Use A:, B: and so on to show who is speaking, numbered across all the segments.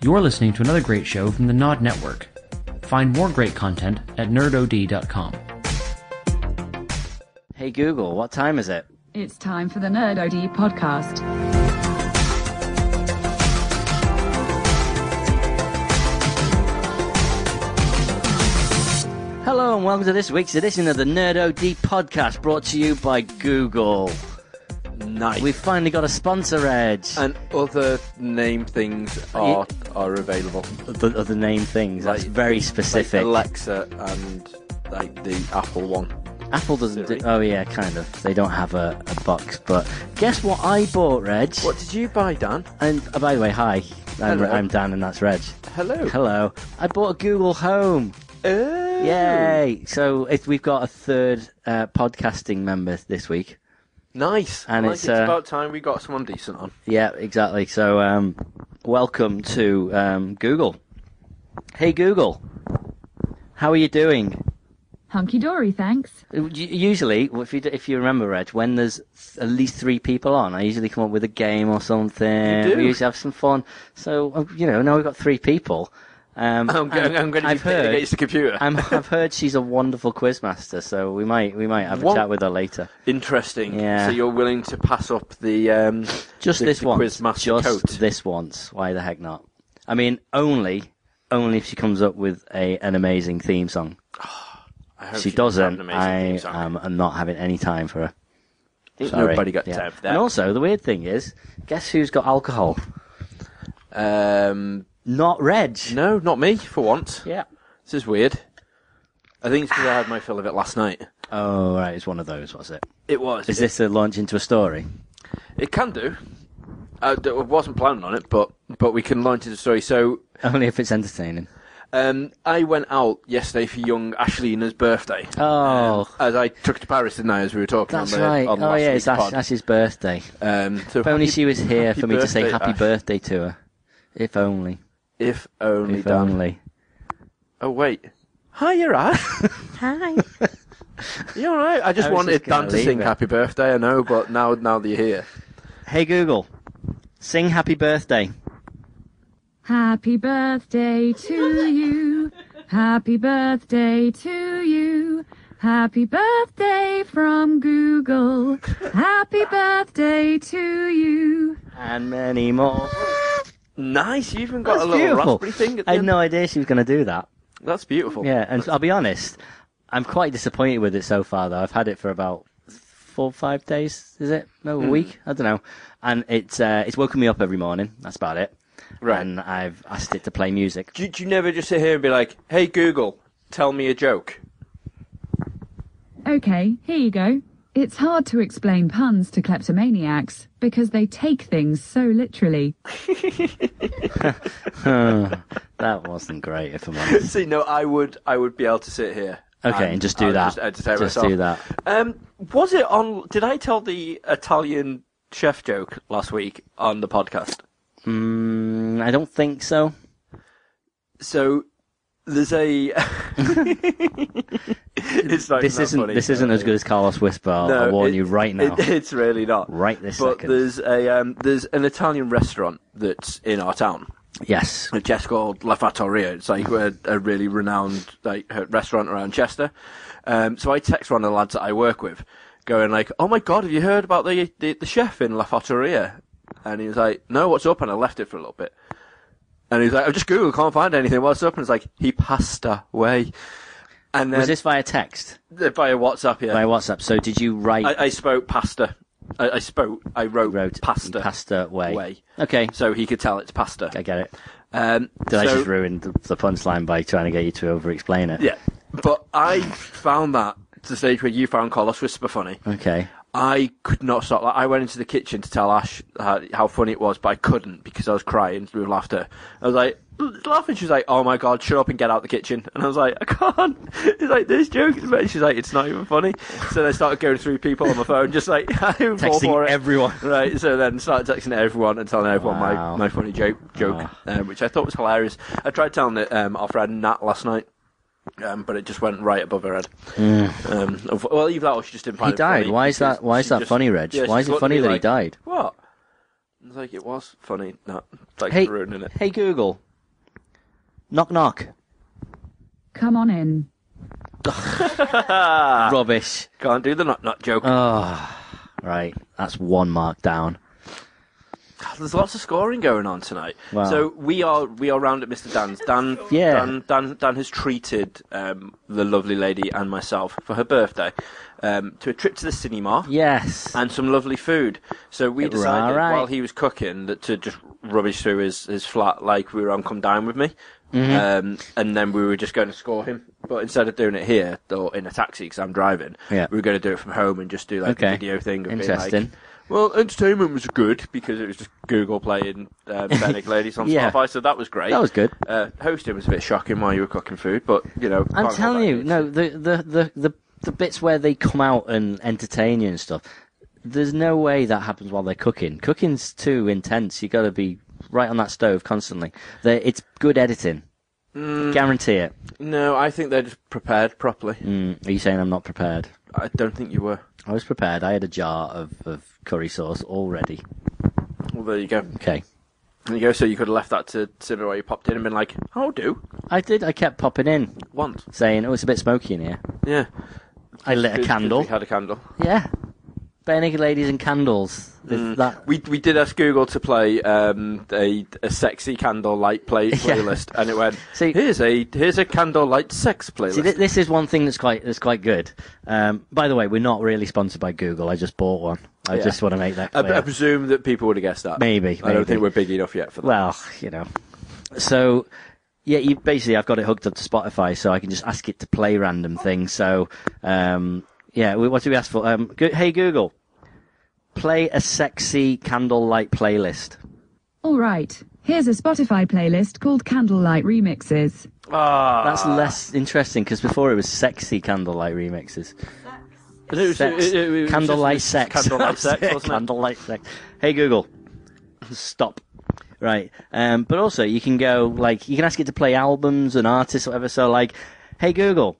A: You're listening to another great show from the Nod Network. Find more great content at nerdod.com. Hey Google, what time is it?
B: It's time for the Nerd OD podcast.
A: Hello and welcome to this week's edition of the Nerd OD podcast brought to you by Google.
C: Nice.
A: We've finally got a sponsor edge.
C: and other name things are are available.
A: the other name things, that's
C: Like-
A: very
C: Like
A: specific.
C: Alexa and like the Apple one.
A: Apple doesn't do.
C: Siri.
A: Oh yeah, kind of. They don't have a, a box, but guess what I bought, Reg?
C: What did you buy, Dan?
A: And oh, by the way, hi. I'm,
C: Hello.
A: I'm Dan, and that's Reg.
C: Hello.
A: Hello. I bought a Google Home.
C: Oh.
A: Yay! So it, we've got a third uh, podcasting member this week.
C: Nice.
A: And
C: And like
A: it's,
C: it's,
A: uh,
C: about time we got someone decent on.
A: Yeah, exactly. So um, welcome to um, Google. Hey Google, how are you doing?
B: Hunky dory, thanks.
A: U- Usually, if you if you remember, Reg, when there's th- at least three people on, I usually come up with a game or something.
C: You do.
A: We usually have some fun. So um, you know, now we've got three people. Um,
C: I'm,
A: and
C: going. I'm going to be
A: I've
C: pitted
A: heard.
C: against the computer.
A: I'm, I've heard she's a wonderful quizmaster, so we might we might have a
C: One-
A: chat with her later.
C: Interesting.
A: Yeah.
C: So you're willing to pass up the um,
A: Just
C: the,
A: this
C: the
A: once.
C: Quizmaster
A: just
C: coat?
A: this once. Why the heck not? I mean, only only if she comes up with a an amazing theme song.
C: I hope
A: she
C: you have an
A: doesn't.
C: amazing
A: I
C: theme song.
A: am not having any time for her.
C: Ain't
A: Sorry.
C: Nobody got
A: Yeah.
C: time for
A: And
C: that.
A: also, the weird thing is, guess who's got alcohol?
C: Um,
A: Not Reg.
C: no, not me for once.
A: Yeah.
C: This is weird. I think it's because I had my fill of it last night.
A: Oh right, it's one of those. Was it?
C: It was.
A: Is this a launch into a story?
C: It can do. I d- I wasn't planning on it, but but we can launch into the story. So
A: Only if it's entertaining.
C: um, I went out yesterday for young Ashleena's birthday.
A: Oh.
C: As I took to Paris, didn't Um, I? As we were talking
A: that's
C: on the,
A: right.
C: on
A: Oh
C: last
A: yeah,
C: week's
A: it's Ash,
C: pod.
A: Ash's birthday.
C: Um, so
A: If only
C: happy-
A: she was here
C: happy
A: for me to say
C: birthday,
A: happy
C: Ash.
A: birthday to her. If only.
C: If only.
A: If
C: Dan.
A: only.
C: Oh wait. Hi, you're right.
A: Hi.
C: You're right. I just
A: I was
C: wanted
A: just gonna
C: Dan to
A: leave
C: sing
A: it.
C: happy birthday. I know, but now now that you're here,
A: Hey Google, sing happy birthday.
B: Happy birthday to you. Happy birthday to you. Happy birthday from Google. Happy birthday to you.
A: And many more.
C: nice. You even got
A: That's
C: a little
A: beautiful.
C: raspberry thing. At the
A: I had
C: end.
A: no idea she was going to do that.
C: That's beautiful.
A: Yeah, and I'll be honest, I'm quite disappointed with it so far. Though I've had it for about four, five days. Is it? No, a
C: Mm.
A: week. I don't know. And it's uh, it's woken me up every morning. That's about it.
C: Right.
A: And I've asked it to play music.
C: Do, do you never just sit here and be like, "Hey Google, tell me a joke"?
B: Okay, here you go. It's hard to explain puns to kleptomaniacs because they take things so literally.
A: That wasn't great, if I'm honest.
C: See, no, I would, I would be able to sit here.
A: Okay, and, just do
C: I would
A: that.
C: Just, entertain
A: Just
C: myself.
A: do that.
C: Um, was it on? Did I tell the Italian chef joke last week on the podcast?
A: Mm, I don't think so.
C: So there's a. it's like
A: this isn't this isn't as good as Carlos Whisper. I'll, I'll warn you right now.
C: it's really not.
A: Right this
C: but
A: second.
C: there's a um, there's an Italian restaurant that's in our town.
A: yes.
C: a chef called La Fattoria. It's like a, a really renowned like uh, restaurant around Chester. Um, so I text one of the lads that I work with, going like, "Oh my god, have you heard about the the, the chef in La Fattoria?" And he was like, "No, what's up?" And I left it for a little bit. And he's like, "I've just Googled, can't find anything. What's up?" And it's like, "He passed away." And then
A: Was this via text?
C: via WhatsApp, yeah.
A: Via WhatsApp. So did you write
C: uh, I, I spoke pasta. I, I spoke. I wrote,
A: wrote
C: pasta.
A: pasta way?
C: way.
A: Okay.
C: So he could tell it's pasta.
A: I get it.
C: Um,
A: Did I
C: so-
A: just ruin the, the punchline by trying to get you to over-explain it?
C: Yeah, but I found that to the stage where you found Carlos Whisper funny.
A: Okay.
C: I could not stop. Like, I went into the kitchen to tell Ash how, how funny it was, but I couldn't because I was crying with laughter. I was like laughing. She was like, "Oh my god, shut up and get out the kitchen." And I was like, "I can't." It's like this joke. is better." She's like, "It's not even funny." So then I started going through people on my phone, just like I'm all for
A: Texting
C: it.
A: everyone.
C: Right, so then started texting everyone and telling everyone
A: Wow. Ah.
C: my, my funny joke, joke
A: Wow.
C: um, which I thought was hilarious. I tried telling it um, our friend Nat last night, um, but it just went right above her head. Um, of- well, either that or she just didn't find
A: He
C: it
A: died.
C: funny
A: Why is
C: because
A: that- why is
C: she
A: that funny, Reg?
C: she
A: Why is
C: just
A: it
C: looked at
A: funny
C: me
A: that he
C: like,
A: died?
C: What? I was like, it was funny, Nat. Like,
A: Hey,
C: ruining it.
A: hey Google, Knock knock.
B: Come on in.
C: Ah.
A: Rubbish.
C: Can't do the not not joke.
A: Uh. Right, that's one mark down.
C: There's lots of scoring going on tonight.
A: Wow.
C: So we are we are round at Mr. Dan's. Dan,
A: Yeah.
C: Dan, Dan, Dan has treated um, the lovely lady and myself for her birthday um, to a trip to the cinema
A: Yes.
C: and some lovely food. So we
A: It were
C: decided
A: alright.
C: while he was cooking that to just rubbish through his, his flat like we were on Come Down with Me,
A: Mm-hmm.
C: um, and then we were just going to score him. But instead of doing it here or in a taxi because I'm driving,
A: Yeah.
C: we were going to do it from home and just do like
A: Okay.
C: a video thing. Of Being
A: Interesting.
C: like, well, entertainment was good because it was just Google playing uh, Fennec Ladies on
A: Yeah.
C: Spotify, so that was great.
A: That was good.
C: Uh, hosting was a bit shocking while you were cooking food, but you know,
A: I'm
C: can't
A: telling
C: go
A: you,
C: back.
A: no, the, the, the, the, the bits where they come out and entertain you and stuff, there's no way that happens while they're cooking. Cooking's too intense. you got to be right on that stove constantly. they it's good editing.
C: Mm.
A: Guarantee it.
C: no, I think they're just prepared properly.
A: Mm, are you saying I'm not prepared?
C: I don't think you were.
A: I was prepared. I had a jar of, of curry sauce already.
C: Well, there you go.
A: Okay.
C: There you go. So you could have left that to Simba where you popped in and been like, "I'll do
A: I did. I kept popping in,
C: once."
A: saying, oh, it's a bit smoky in here.
C: Yeah,
A: I lit a
C: Because-
A: candle.
C: because We had a candle.
A: Yeah. Bare naked ladies and candles. Is
C: Mm.
A: that
C: We we did ask Google to play um, a a sexy candle light play playlist, and it went.
A: See-
C: here's a here's a candle light sex playlist.
A: See, thi- this is one thing that's quite that's quite good. Um, by the way, we're not really sponsored by Google. I just bought one. I
C: Yeah.
A: just want to make that
C: I,
A: clear.
C: I presume that people would have guessed that.
A: Maybe,
C: I
A: maybe.
C: don't think we're big enough yet for that.
A: well, you know. So, yeah, you basically I've got it hooked up to Spotify, so I can just ask it to play random things. So, um, yeah, we- what do we ask for? Um, go, hey Google, play a sexy candlelight playlist.
B: All right. Here's a Spotify playlist called Candlelight Remixes.
A: That's less interesting because before it was sexy candlelight remixes.
C: And it was-
A: Sex.
C: it- it- it was
A: candlelight
C: just-
A: sex.
C: Candlelight sex. Wasn't it?
A: Candlelight sex. Hey Google, stop. Right. Um, but also, you can go like you can ask it to play albums and artists, or whatever. So like, hey Google,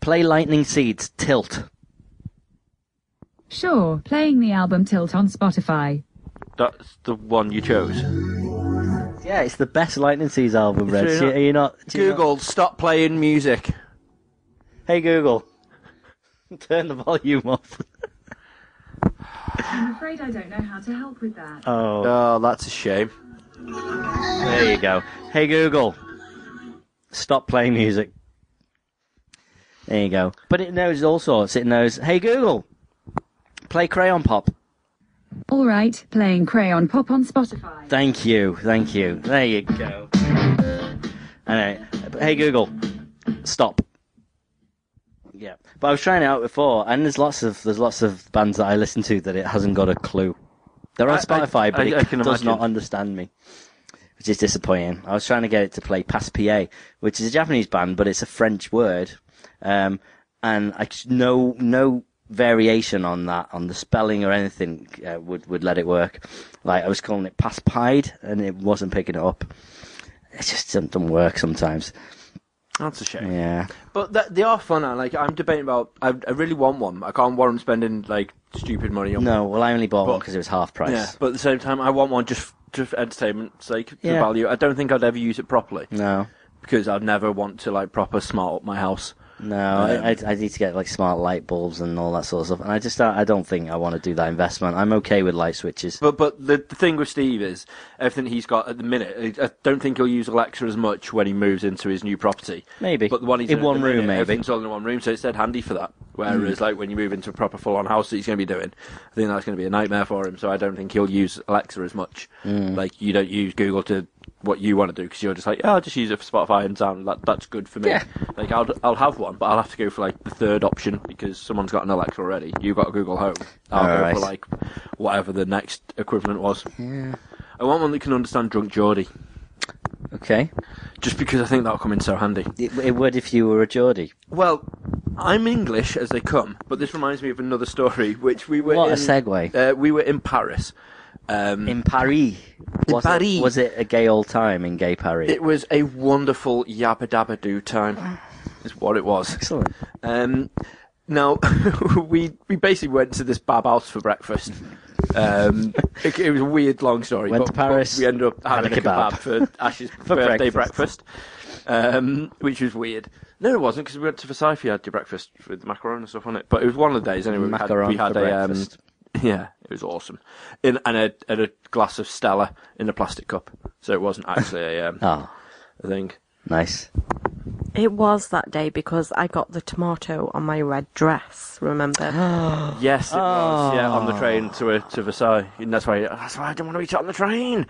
A: play Lightning Seeds Tilt.
B: Sure, playing the album Tilt on Spotify.
C: That's the one you chose.
A: Yeah, it's the best Lightning Seeds album, Reg.
C: really
A: So
C: not-
A: Are you not? do you
C: Google, stop playing music.
A: not- hey Google, turn the volume off.
B: I'm afraid I don't know how to help with that.
C: Oh, that's a shame.
A: There you go. Hey Google, stop playing music. There you go. But it knows all sorts. It knows, hey Google, play Crayon Pop.
B: All right, playing Crayon Pop on Spotify.
A: Thank you, thank you. There you go. Anyway, hey Google, stop. Yeah, but I was trying it out before, and there's lots of there's lots of bands that I listen to that it hasn't got a clue. They're on
C: I- I-
A: Spotify, but
C: I-
A: it
C: I can
A: does not
C: imagine.
A: understand me, which is disappointing. I was trying to get it to play Pass PA, which is a Japanese band, but it's a French word, um, and I just- no no variation on that on the spelling or anything uh, would would let it work. Like I was calling it Pass Pied, and it wasn't picking it up. It just doesn't work sometimes.
C: That's a shame.
A: Yeah.
C: But th- they are fun. I Like I'm debating about. I, I really want one. I can't warrant spending like stupid money on.
A: No, well, I only bought one
C: But-
A: because it was half price.
C: Yeah. But at the same time, I want one just just for entertainment's sake, for
A: Yeah.
C: value. I don't think I'd ever use it properly
A: No,
C: because I'd never want to like proper smart up my house.
A: no,
C: Um,
A: I, I I need to get like smart light bulbs and all that sort of stuff. And I just don't, I don't think I want to do that investment. I'm okay with light switches.
C: But but the, the thing with Steve is everything he's got at the minute. I I don't think he'll use Alexa as much when he moves into his new property.
A: Maybe.
C: But the one he's
A: In
C: at
A: one
C: the
A: room,
C: minute,
A: maybe. Hmm.
C: everything's all in one room, so it's dead handy for that. Whereas like when you move into a proper full on house that he's going to be doing, I think that's going to be a nightmare for him. So I don't think he'll use Alexa as much.
A: Hmm.
C: Like you don't use Google to what you want to do because you're just like, yeah, I'll just use it for Spotify and sound. That, that's good for me.
A: Yeah.
C: Like I'll I'll have one, but I'll have to go for like the third option because someone's got an Alexa already. You've got a Google Home. I'll go
A: Alright.
C: for like whatever the next equivalent was.
A: Yeah.
C: I want one that can understand drunk Geordie,
A: Okay.
C: just because I think that'll come in so handy.
A: It, it would if you were a Geordie.
C: Well, I'm English as they come, but this reminds me of another story, which we were
A: What a
C: in,
A: segue.
C: Uh, we were in Paris. Um,
A: In Paris. Was it-
C: Paris.
A: was it a gay old time in gay Paris?
C: it was a wonderful yabba dabba do time, is what it was.
A: Excellent.
C: Um, now, we we basically went to this bab house for breakfast. Um, it, it was a weird long story.
A: Went
C: but,
A: to Paris,
C: but we ended up having a
A: had a
C: kebab,
A: kebab.
C: for Ash's birthday
A: breakfast.
C: breakfast, um, which was weird. No, it wasn't because we went to Versailles. We had your breakfast with macaron and stuff on it, but it was one of the days anyway.
A: Macaron
C: we had,
A: for
C: we had a, um,
A: breakfast.
C: yeah, it was awesome, in, and a and a glass of Stella in a plastic cup. So it wasn't actually a, um,
A: Oh,
C: a thing.
A: nice.
D: It was that day because I got the tomato on my red dress,
A: Oh,
D: remember?
C: Yes, it was. Yeah, on the train to uh, to Versailles, and that's why that's why I didn't want to eat it on the train.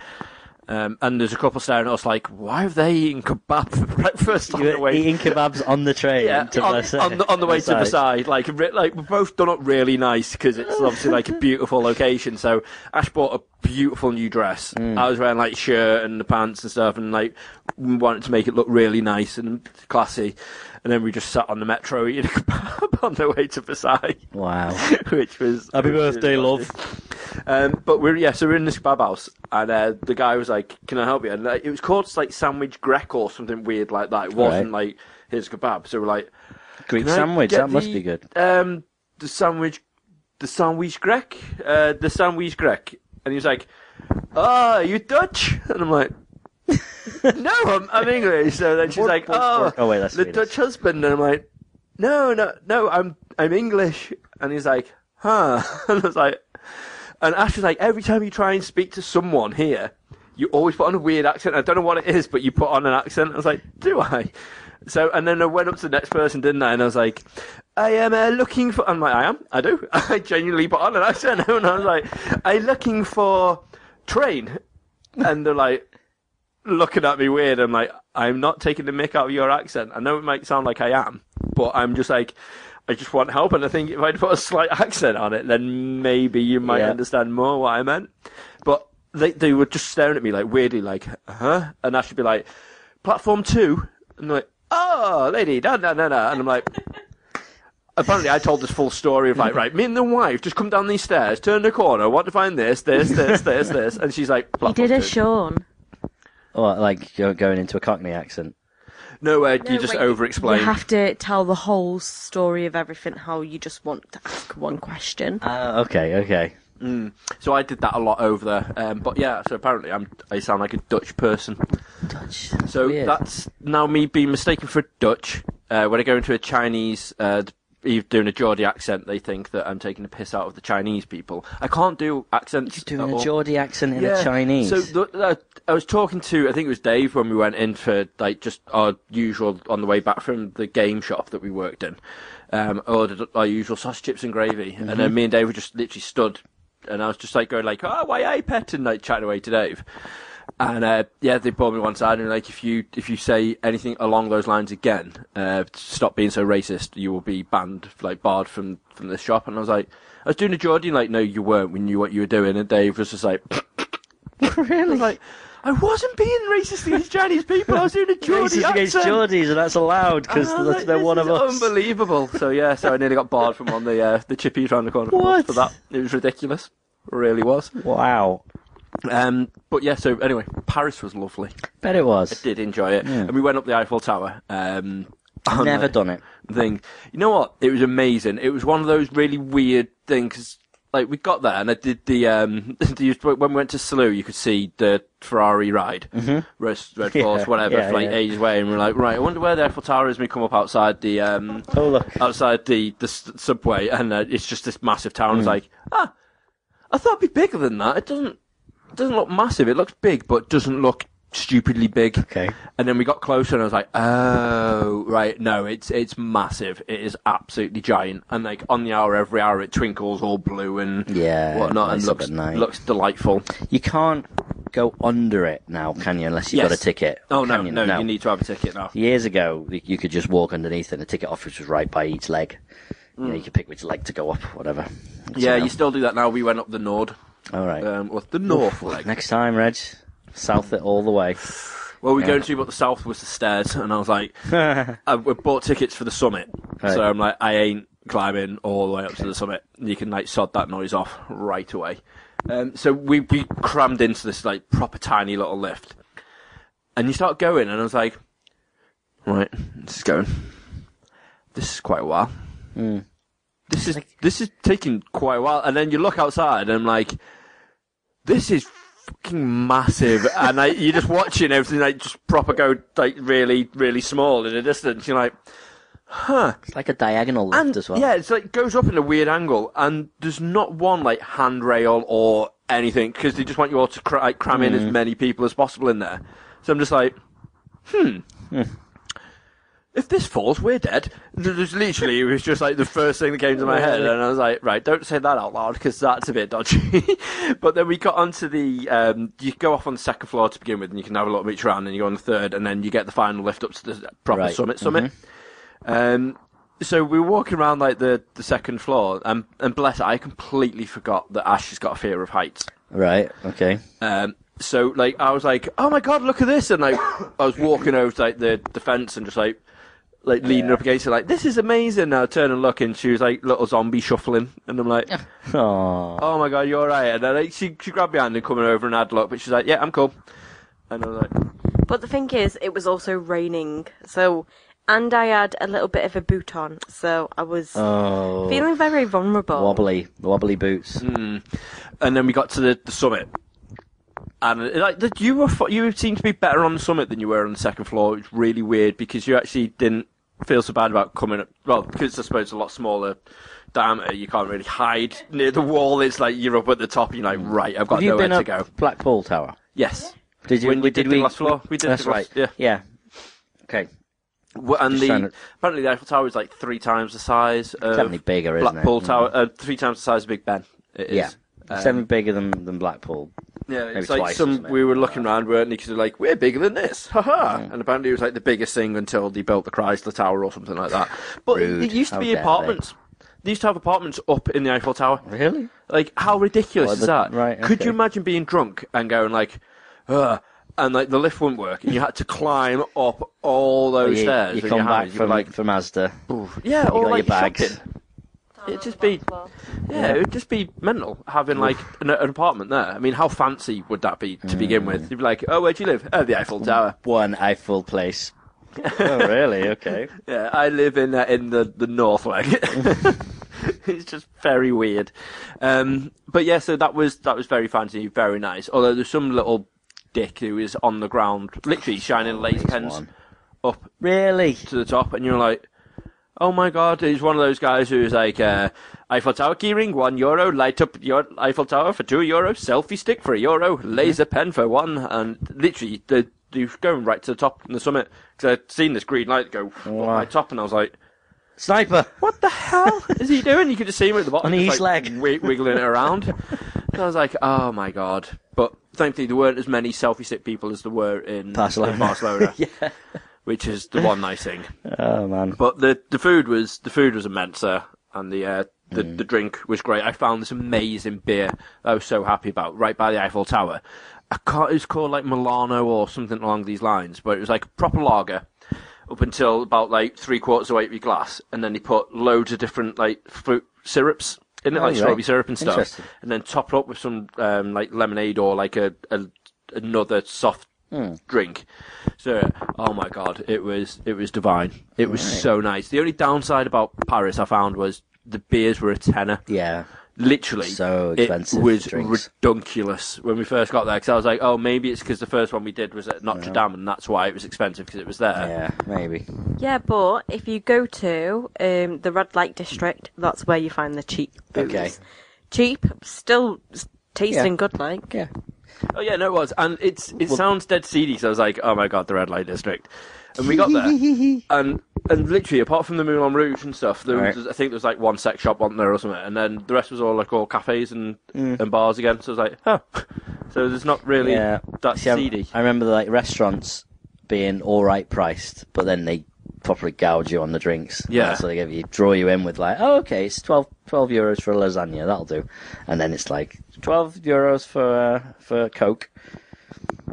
C: Um, and there's a couple staring at us like, why have they eaten kebab for breakfast on
A: You
C: the
A: were
C: way?
A: eating kebabs on the train
C: yeah,
A: to
C: on,
A: Versailles.
C: on the, on the way to Versailles, like re- like we're both done up really nice because it's obviously like a beautiful location. So Ash bought a beautiful new dress.
A: Mm.
C: I was wearing like shirt and the pants and stuff, and like we wanted to make it look really nice and classy. And then we just sat on the metro eating kebab on the way to Versailles
A: Wow.
C: which was
A: Happy
C: which was
A: birthday,
C: lovely. Um, but we're yeah, so we're in this kebab house, and uh, the guy was like, "Can I help you?" And like, it was called like sandwich grec or something weird like that. It wasn't like here's kebab. So we're like,
A: Greek
C: "Can I
A: sandwich.
C: get
A: That must
C: the,
A: be good.
C: Um, the sandwich, the sandwich grec, uh, the sandwich grec, and he was like, "Ah, you Dutch?" And I'm like. no, I'm, I'm English. So then she's
A: Bork,
C: like,
A: bork,
C: "Oh,
A: bork." Oh, wait, that's
C: the
A: Swedish.
C: Dutch husband," and I'm like, no, no, no, I'm I'm English. And he's like, huh? And I was like, and Ash was like, every time you try and speak to someone here, you always put on a weird accent. I don't know what it is, but you put on an accent. I was like, do I? So, and then I went up to the next person, didn't I? And I was like, I am uh, looking for. I'm like, I am. I do. I genuinely put on an accent. And I was like, I'm looking for train. And they're like, looking at me weird. I'm like, I'm not taking the mick out of your accent. I know it might sound like I am, but I'm just like, I just want help. And I think if I'd put a slight accent on it, then maybe you might
A: Yeah.
C: understand more what I meant. But they they were just staring at me like weirdly, like, huh? And I should be like, platform two. And they're like, oh, lady, no, no, no, no. And I'm like, apparently I told this full story of like, right, me and the wife just come down these stairs, turn the corner, want to find this, this, this, this, this. And she's like,
D: You did
C: "Platform
D: a
C: two."
D: Sean.
A: Or like go- going into a Cockney accent.
C: No, uh, you
D: No,
C: just
D: wait,
C: over explain.
D: You have to tell the whole story of everything, how you just want to ask one question.
A: Uh, okay, okay.
C: So I did that a lot over there. Um, but yeah, so apparently I'm, I sound like a Dutch person.
A: Dutch.
C: So
A: Weird.
C: that's now me being mistaken for Dutch. Uh, when I go into a Chinese, uh, d- even doing a Geordie accent, they think that I'm taking a piss out of the Chinese people. I can't do accents.
A: Doing
C: at
A: a
C: all.
A: Geordie accent in a Chinese.
C: So th- th- I was talking to, I think it was Dave when we went in for like just our usual on the way back from the game shop that we worked in. Um, I ordered our usual sausage chips and gravy, and
A: Mm-hmm.
C: then me and Dave were just literally stood, and I was just like going like, "Oh, why I pet?" and like chatting away to Dave. And uh, yeah, they pulled me one side and like, if you if you say anything along those lines again, uh, stop being so racist. You will be banned, like barred from from the shop. And I was like, I was doing a Geordie, like, no, you weren't. We knew what you were doing. And Dave was just like, I was like, I wasn't being racist against Chinese people. I was doing a Geordie
A: racist against
C: accent.
A: Geordies, and that's allowed because
C: And I was like,
A: they're
C: Ah, this
A: one of
C: is
A: us.
C: Unbelievable. So yeah, so I nearly got barred from on the uh, the chippies round the corner from us
A: What?
C: for that. It was ridiculous. Really was.
A: Wow.
C: Um, but yeah, so anyway, Paris was lovely.
A: Bet it was.
C: Did enjoy it, and we went up the Eiffel Tower. Um, on
A: Never
C: the
A: done it.
C: thing. You know what? It was amazing. It was one of those really weird things. Like we got there, and I did the um. The, when we went to Salou, you could see the Ferrari ride, mm-hmm. Red, Red
A: Yeah,
C: Force, whatever,
A: yeah,
C: for, like
A: yeah.
C: ages away, and we're like, right, I wonder where the Eiffel Tower is. And we come up outside the um,
A: Oh look.
C: outside the the s- subway, and uh, it's just this massive tower.
A: Hmm.
C: And it's like, ah, I thought it'd be bigger than that. It doesn't it doesn't look massive. It looks big, but doesn't look stupidly big.
A: Okay.
C: And then we got closer, and I was like, "Oh, right, no, it's it's massive. It is absolutely giant." And like on the hour, every hour, it twinkles all blue and
A: Yeah,
C: whatnot, and
A: lights up
C: looks
A: at night.
C: looks delightful.
A: You can't go under it now, can you? Unless you've got
C: Yes.
A: a ticket.
C: Oh no,
A: Can
C: no, you need to have a ticket now.
A: Years ago, you- you could just walk underneath, and the ticket office was right by each leg. You know, you could pick which leg to go up, whatever.
C: Mm. Yeah,
A: So-
C: you still do that now. We went up the Nord,
A: all right.
C: um, or the North leg.
A: Next time, Reg, south it all the way.
C: Well, we go to, but the South was the stairs, and I was like, I we bought tickets for the summit,
A: Right.
C: so I'm like, I ain't climbing all the way up to the summit. You can like sod that noise off right away. Um, so we we crammed into this like proper tiny little lift, and you start going, and I was like, right, this is going. This is quite a while. This is this is taking quite a while, and then you look outside, and I'm like, this is fucking massive, and I, you're just watching everything like just proper go like really, really small in the distance. You're like,
A: It's like a diagonal lift
C: and
A: as well.
C: yeah, it's like goes up in a weird angle, and there's not one like handrail or anything because they just want you all to cr- like, cram in
A: Mm.
C: as many people as possible in there. So I'm just like, hmm. If this falls, we're dead. Th- There's literally, it was just like the first thing that came to my head, and I was like, right, don't say that out loud because that's a bit dodgy. but then we got onto the, um, you go off on the second floor to begin with, and you can have a little reach around, and you go on the third, and then you get the final lift up to the proper
A: Right,
C: summit. Summit. Um, so we were walking around like the, the second floor, and and bless her, I completely forgot that Ash has got a fear of heights.
A: Right. Okay.
C: Um, so like I was like, oh my god, look at this, and like I was walking over to like the, the fence and just like like leaning up against it, like this is amazing. Now turn and look, and she was like little zombie shuffling, and I'm like,
A: Aww.
C: oh my god, you're right. And then like, she she grabbed my hand and coming over and had a look, but she's like, yeah, I'm cool. And I was like,
D: But the thing is, it was also raining, so and I had a little bit of a boot on, so I was
A: Oh.
D: feeling very vulnerable.
A: Wobbly, the wobbly boots.
C: mm. and then we got to the, the summit. And uh, like the, you were, fu- you seemed to be better on the summit than you were on the second floor. It's really weird because you actually didn't feel so bad about coming up. Well, because I suppose it's a lot smaller diameter, you can't really hide near the wall. It's like you're up at the top. And you're like, right, I've got
A: Have you
C: nowhere
A: been
C: to
A: up
C: go.
A: Blackpool Tower?
C: Yes,
A: Did you?
C: When you
A: we-
C: did
A: did
C: the
A: we?
C: last floor, we did
A: that's
C: the last-
A: right.
C: yeah.
A: Yeah. Okay.
C: W- and
A: Just
C: the
A: trying to-
C: apparently the Eiffel Tower is like three times the size of
A: Definitely bigger, isn't it?
C: Blackpool
A: Mm.
C: Tower, uh, three times the size of Big Ben. It is. Uh,
A: Yeah. It's definitely bigger than, than Blackpool.
C: Yeah,
A: Maybe
C: it's like
A: twice,
C: some
A: isn't it?
C: we were looking around, weren't we? Because they're like, we're bigger than this, haha! And apparently it was like the biggest thing until they built the Chrysler Tower or something like that. But
A: Rude.
C: it used to
A: How
C: be
A: dare they.
C: apartments. They used to have apartments up in the Eiffel Tower.
A: Really?
C: Like, how ridiculous
A: Well,
C: is
A: the-
C: that?
A: right,
C: Could you
A: okay.
C: imagine being drunk and going like, Ugh, and like the lift wouldn't work, and you had to climb up all those
A: you,
C: stairs.
A: you
C: with
A: come
C: your
A: back
C: hands, you'd be
A: from
C: like,
A: from Asda.
C: yeah,
A: you
C: or
A: got
C: like
A: your bags.
C: shopping. It'd just be, yeah, it'd just be mental having like an, an apartment there. I mean, how fancy would that be to begin with? You'd be like, oh, where do you live? Oh, the Eiffel Tower.
A: One Eiffel place. oh, really? Okay.
C: Yeah, I live in uh, in the the north wing. it's just very weird. Um, but yeah, so that was that was very fancy, very nice. Although there's some little dick who is on the ground, literally shining laser pens
A: one.
C: up
A: Really?
C: to the top, and you're like, oh my god, he's one of those guys who's like, uh, Eiffel Tower keyring, one euro, light up your Eiffel Tower for two euro, selfie stick for a euro, laser pen for one, and literally, the you're going right to the top in the summit because I'd seen this green light go up
A: Wow.
C: my top, and I was like,
A: Sniper.
C: "What the hell is he doing?" You could just see him at the bottom,
A: On
C: just,
A: his
C: like,
A: leg.
C: wi- wiggling it around. So I was like, "Oh my god!" But thankfully, there weren't as many selfie stick people as there were in
A: Barcelona.
C: in Barcelona which is the one nice thing.
A: Oh man.
C: But the the food was the food was immense, uh, and the uh, the
A: Mm.
C: the drink was great. I found this amazing beer I was so happy about right by the Eiffel Tower. I can't, it was called like Milano or something along these lines, but it was like a proper lager up until about like three quarters away of your glass, and then they put loads of different like fruit syrups in it,
A: Oh,
C: like
A: right.
C: strawberry syrup and stuff,
A: Interesting.
C: and then top it up with some um, like lemonade or like a, a another soft
A: Hmm.
C: drink. So, oh my god, it was it was divine. It was so nice. The only downside about Paris I found was the beers were a tenner.
A: Yeah.
C: Literally,
A: So
C: It
A: expensive,
C: was
A: drinks.
C: redunculous when we first got there because I was like, oh, maybe it's because the first one we did was at Notre Dame and that's why it was expensive because it was there.
A: Yeah. Maybe.
D: Yeah, but if you go to um, the red light district, that's where you find the cheap booze.
A: Okay.
D: Cheap, still s- tasting
A: Yeah.
D: good like.
A: Yeah.
C: Oh yeah, no, it was, and it's it sounds dead seedy. So I was like, oh my god, the red light district, and we got there, and and literally apart from the Moulin Rouge and stuff, there
A: Right.
C: was, I think there was like one sex shop on there or something, and then the rest was all like all cafes and and bars again. So I was like, oh, so there's not really
A: Yeah.
C: that
A: See, I,
C: seedy.
A: I remember like restaurants being all right priced, but then they properly gouge you on the drinks.
C: Yeah.
A: So they give you draw you in with like, oh okay, it's 12, 12 euros for a lasagna, that'll do, and then it's like twelve euros for uh, for coke.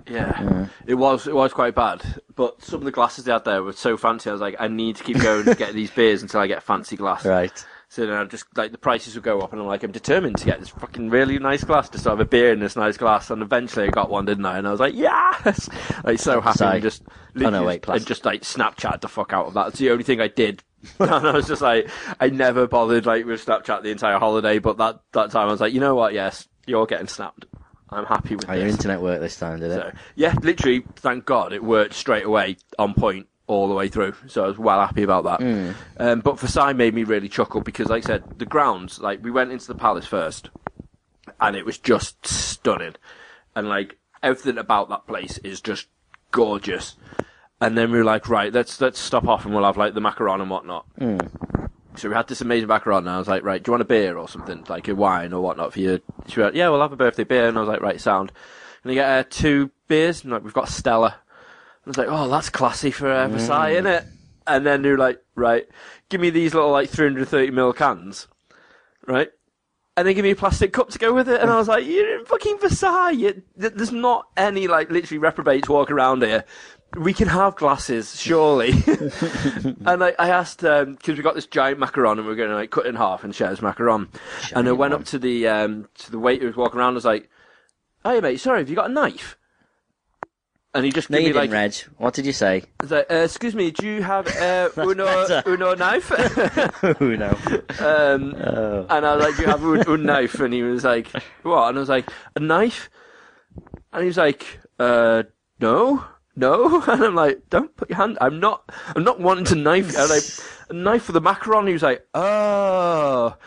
C: Yeah, it was it was quite bad. But some of the glasses they had there were so fancy. I was like, I need to keep going to get these beers until I get a fancy glass.
A: Right.
C: So then I just like the prices would go up, and I'm like, I'm determined to get this fucking really nice glass, just to have a beer in this nice glass. And eventually, I got one, didn't I? And I was like, yes, like so happy,
A: Sorry.
C: and just
A: Oh, no, wait,
C: just-
A: plastic.
C: and just like Snapchat the fuck out of that. It's the only thing I did. and I was just like, I never bothered like with Snapchat the entire holiday, but that that time I was like, you know what? Yes, you're getting snapped. I'm happy with
A: Oh, your
C: this.
A: internet worked this time, did it?
C: So yeah, literally, thank God it worked straight away on point all the way through. So I was well happy about that. Um, but Versailles made me really chuckle because, like I said, the grounds. Like we went into the palace first, and it was just stunning, and like everything about that place is just gorgeous. And then we were like, right, let's let's stop off and we'll have like the macaron and whatnot. So we had this amazing macaron, and I was like, right, do you want a beer or something, like a wine or whatnot for your? She went, yeah, we'll have a birthday beer, and I was like, right, sound. And I get uh, two beers, and like we've got Stella. I was like, oh, that's classy for uh,
A: Mm.
C: Versailles, isn't it? And then they were like, right, give me these little like 330 ml cans, right? And they give me a plastic cup to go with it, and I was like, "You're in fucking Versailles. You- th- There's not any like literally reprobates walk around here. We can have glasses, surely." and I, I asked because we got this giant macaron, and we are going to like cut it in half and share this macaron. and I
A: Giant one.
C: went up to the um, to the waiter who was walking around. I was like, "Hey mate, sorry, have you got a knife?" And he just
A: No,
C: gave
A: you
C: me
A: didn't,
C: like,
A: Reg. What did you say?
C: I was like, uh, "Excuse me, do you have uh, uno
A: better.
C: uno knife?"
A: oh, no.
C: um,
A: Oh.
C: and I was like, "Do you have a, a knife?" And he was like, "What?" And I was like, "A knife?" And he was like, "Uh, no, no." And I'm like, "Don't put your hand. I'm not. I'm not wanting to knife." you." And I, a knife for the macaron. He was like, "Oh,"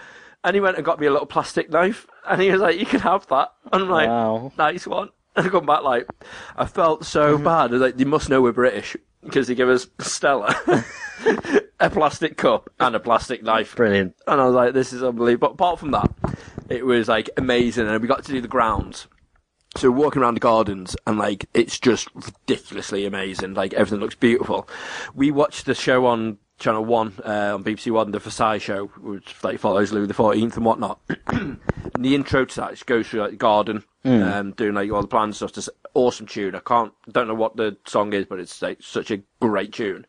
C: and he went and got me a little plastic knife. And he was like, "You can have that." And I'm like,
A: Wow. Mm-hmm.
C: "Nice one." And I come back like, I felt so bad. I was like, "They must know we're British." Because they give us Stella, a plastic cup, and a plastic knife.
A: Brilliant.
C: And I was like, this is unbelievable. But apart from that, it was like amazing. And we got to do the grounds. So we're walking around the gardens and like, it's just ridiculously amazing. Like everything looks beautiful. We watched the show on Channel 1, uh, on BBC One, the Versailles show, which like follows Louis XIV and whatnot. and the intro to that just goes through like the garden, um, doing like all the plans and stuff. Just awesome tune. I can't, don't know what the song is, but it's like such a great tune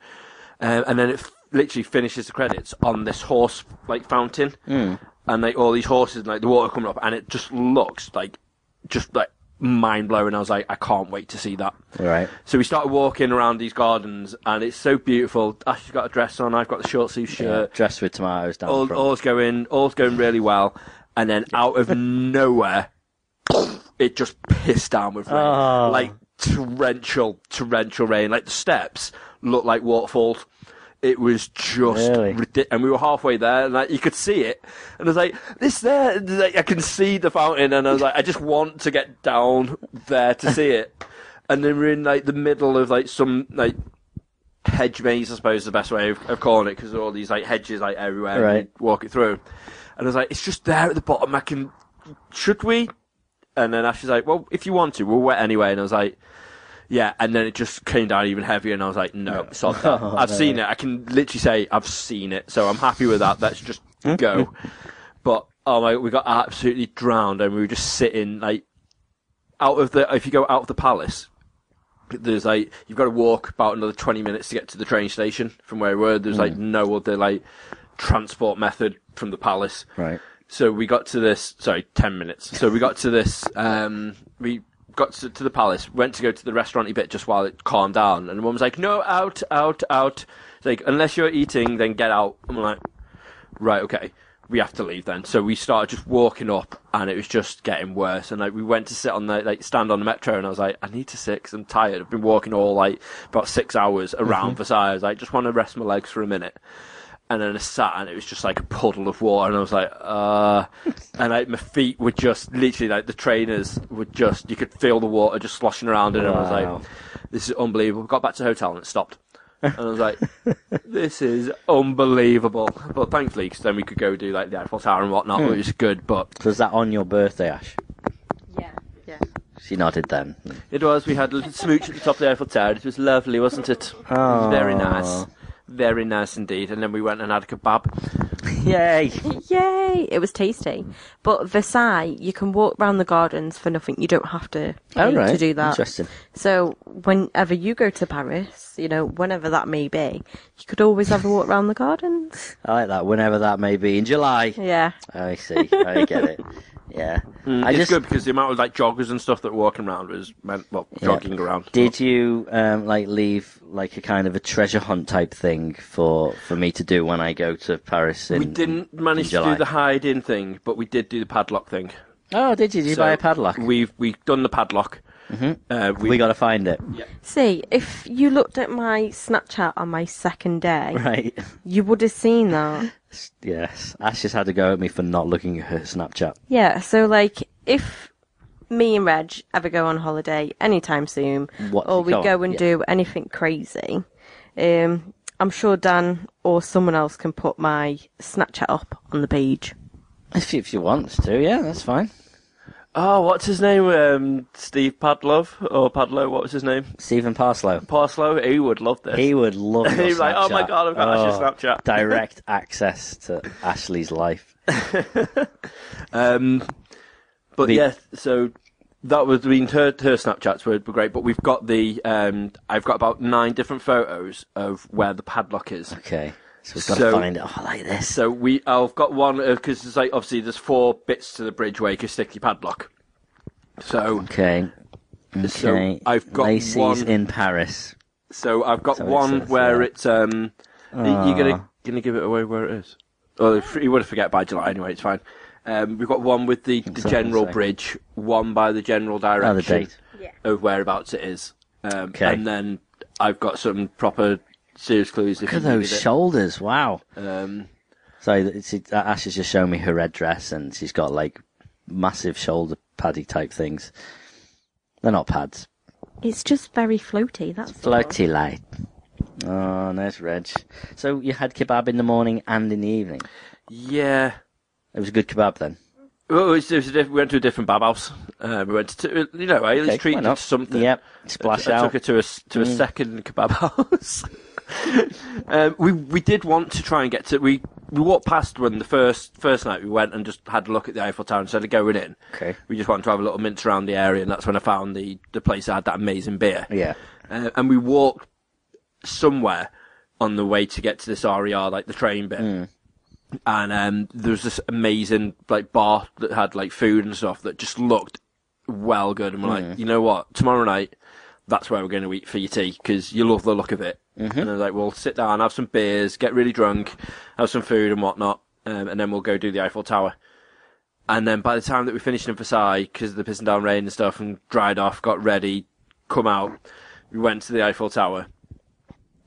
C: um, and then it f- literally finishes the credits on this horse like fountain, and like all these horses and like the water coming up, and it just looks like just like mind blowing. I was like, I can't wait to see that.
A: All right.
C: So we started walking around these gardens, and it's so beautiful. Ash's got a dress on, I've got the short sleeve
A: Yeah.
C: shirt.
A: Dressed with tomatoes down
C: all,
A: front.
C: all's going, all's going really well, and then out of nowhere, it just pissed down with rain,
A: Oh.
C: like torrential, torrential rain. Like the steps looked like waterfalls. It was just
A: Really?
C: ridiculous, and we were halfway there, and like you could see it, and I was like, "This there, and, like, I can see the fountain," and I was like, "I just want to get down there to see it." And then we're in like the middle of like some like hedge maze, I suppose, is the best way of, of calling it, because all these like hedges like everywhere, and
A: Right.
C: you walk it through. And I was like, "It's just there at the bottom. I can. Should we?" And then Ash was like, "Well, if you want to, we're wet anyway." And I was like, "Yeah." And then it just came down even heavier, and I was like, "No, sod that. I've seen it. I can literally say I've seen it, so I'm happy with that. Let's just go." but oh my, we got absolutely drowned, and we were just sitting like out of the. If you go out of the palace, there's like you've got to walk about another 20 minutes to get to the train station from where we were. There's like no other like transport method from the palace.
A: Right.
C: So we got to this. Sorry, ten minutes. So we got to this. Um, we got to, to the palace. Went to go to the restaurant a bit just while it calmed down. And the woman's like, "No, out, out, out." It's like, "Unless you're eating, then get out." I'm like, "Right, okay." We have to leave then. So we started just walking up, and it was just getting worse. And like we went to sit on the like stand on the metro, and I was like, "I need to sit 'cause I'm tired. I've been walking all like about six hours around Versailles. I was like, just want to rest my legs for a minute." and then I sat and it was just like a puddle of water and I was like, uh and like my feet were just literally like the trainers were just you could feel the water just sloshing around it and I was
A: Wow.
C: like, This is unbelievable. Got back to the hotel and it stopped. And I was like, This is unbelievable. But thankfully, because then we could go do like the Eiffel Tower and whatnot,
A: Hmm.
C: which was good. But
A: So is that on your birthday, Ash?
D: Yeah. Yeah.
A: She nodded then.
C: it was, we had a little smooch at the top of the Eiffel Tower. It was lovely, wasn't it? It was
A: Ah. Oh.
C: very nice. Very nice indeed. And then we went and had a kebab.
A: Yay!
D: Yay! It was tasty.
A: Mm.
D: But Versailles, you can walk round the gardens for nothing. You don't have to pay
A: All right.
D: to do that.
A: Interesting.
D: So whenever you go to Paris, you know, whenever that may be, you could always have a walk round the gardens.
A: I like that. Whenever that may be in July.
D: Yeah.
A: I see. I get it. Yeah. I
C: Mm, it's
A: just
C: good because the amount of like joggers and stuff that were walking around was meant well
A: Yeah.
C: jogging around.
A: did you um, like leave like a kind of a treasure hunt type thing for for me to do when I go to Paris? In,
C: we didn't
A: in
C: manage to
A: July?
C: do the hide in thing, but we did do the padlock thing.
A: Oh, did you? Did you buy a
C: So
A: padlock? We,
C: We've we've done the padlock. Uh, we,
A: got to find it.
D: See, if you looked at my Snapchat on my second day,
A: Right.
D: you would have seen that.
A: Yes. Ash just had to go at me for not looking at her Snapchat.
D: Yeah, so like if me and Reg ever go on holiday anytime soon,
A: What
D: or
A: to
D: we
A: go
D: go,
A: on,
D: and
A: yeah.
D: do anything crazy, um, I'm sure Dan or someone else can put my Snapchat up on the page.
A: If she, if she wants to, yeah, that's fine.
C: oh, what's his name? Um, Steve Padlove or Padlow? What was his name?
A: Stephen Parslow.
C: Parslow. He would love this.
A: He would love your
C: He's like, "Oh
A: Snapchat."
C: my
A: Oh,
C: God, I've got Ash's Snapchat.
A: direct access to Ashley's life.
C: Um, but
A: The-
C: yeah, so that was I mean her her Snapchats were, were great, but we've got the um, I've got about nine different photos of where the padlock is.
A: Okay. So we've got
C: So-
A: to find it. Oh, I like this.
C: So we I've got one because there's like obviously there's four bits to the bridge where you can stick your padlock. So
A: okay. Okay.
C: So I've got
A: Lacey's
C: one-
A: in Paris.
C: so I've got
A: So it
C: one
A: says,
C: where
A: yeah. Ah.
C: it's um you're gonna gonna give it away where it is. Oh, if- you would forget by July anyway. It's fine. Um, we've got one with the, the
A: Exactly,
C: general
A: so-
C: bridge, one by the general direction.
A: Oh, the date.
C: of whereabouts it is. Um,
A: Okay.
C: And then I've got some proper serious clues. If
A: Look at
C: you
A: those
C: needed it.
A: shoulders. Wow.
C: Um,
A: So th- she, uh, Ash has just shown me her red dress, and she's got like massive shoulder paddy type things. They're not pads.
D: It's just very floaty. That's all.
A: Floaty light. Oh, nice, Reg. So you had kebab in the morning and in the evening.
C: yeah.
A: It was a good kebab then.
C: Well, it was, it was a diff- we went to a different bab house. Uh, we went to, you know, I at
A: Okay,
C: least treated
A: why
C: her
A: not?
C: to something.
A: Yep.
C: I,
A: Splash
C: I
A: out. Mm.
C: took her to a, s- to a second kebab house. um, we we did want to try and get to we we walked past when the first first night we went and just had a look at the Eiffel Tower instead of going in.
A: Okay.
C: We just wanted to have a little mince around the area, and that's when I found the the place that had that amazing beer.
A: Yeah.
C: uh, and we walked somewhere on the way to get to this RER, like the train bit. And um, there was this amazing like bar that had like food and stuff that just looked well good. And we're like, you know what? Tomorrow night, that's where we're going to eat for your tea because you love the look of it. And I was like, well, sit down, have some beers, get really drunk, have some food and whatnot, um, and then we'll go do the Eiffel Tower. And then by the time that we finished in Versailles, because of the pissing down rain and stuff, and dried off, got ready, come out, we went to the Eiffel Tower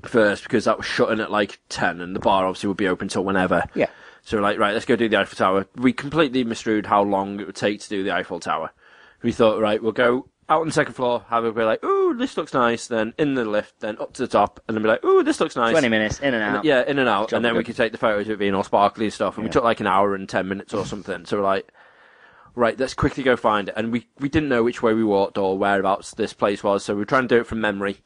C: first because that was shutting at like 10 and the bar obviously would be open till whenever.
A: Yeah.
C: So we're like, right, let's go do the Eiffel Tower. We completely misruled how long it would take to do the Eiffel Tower. We thought, right, we'll go out on the second floor, have a bit like, ooh, this looks nice, then in the lift, then up to the top, and then be like, ooh, this looks nice.
A: Twenty minutes in and out.
C: Yeah, in and out,
A: Jump
C: and then we
A: good.
C: could take the photos of it being all sparkly and stuff. And we took like an hour and ten minutes or something. So we're like, right, let's quickly go find it. And we we didn't know which way we walked or whereabouts this place was, so we were trying to do it from memory.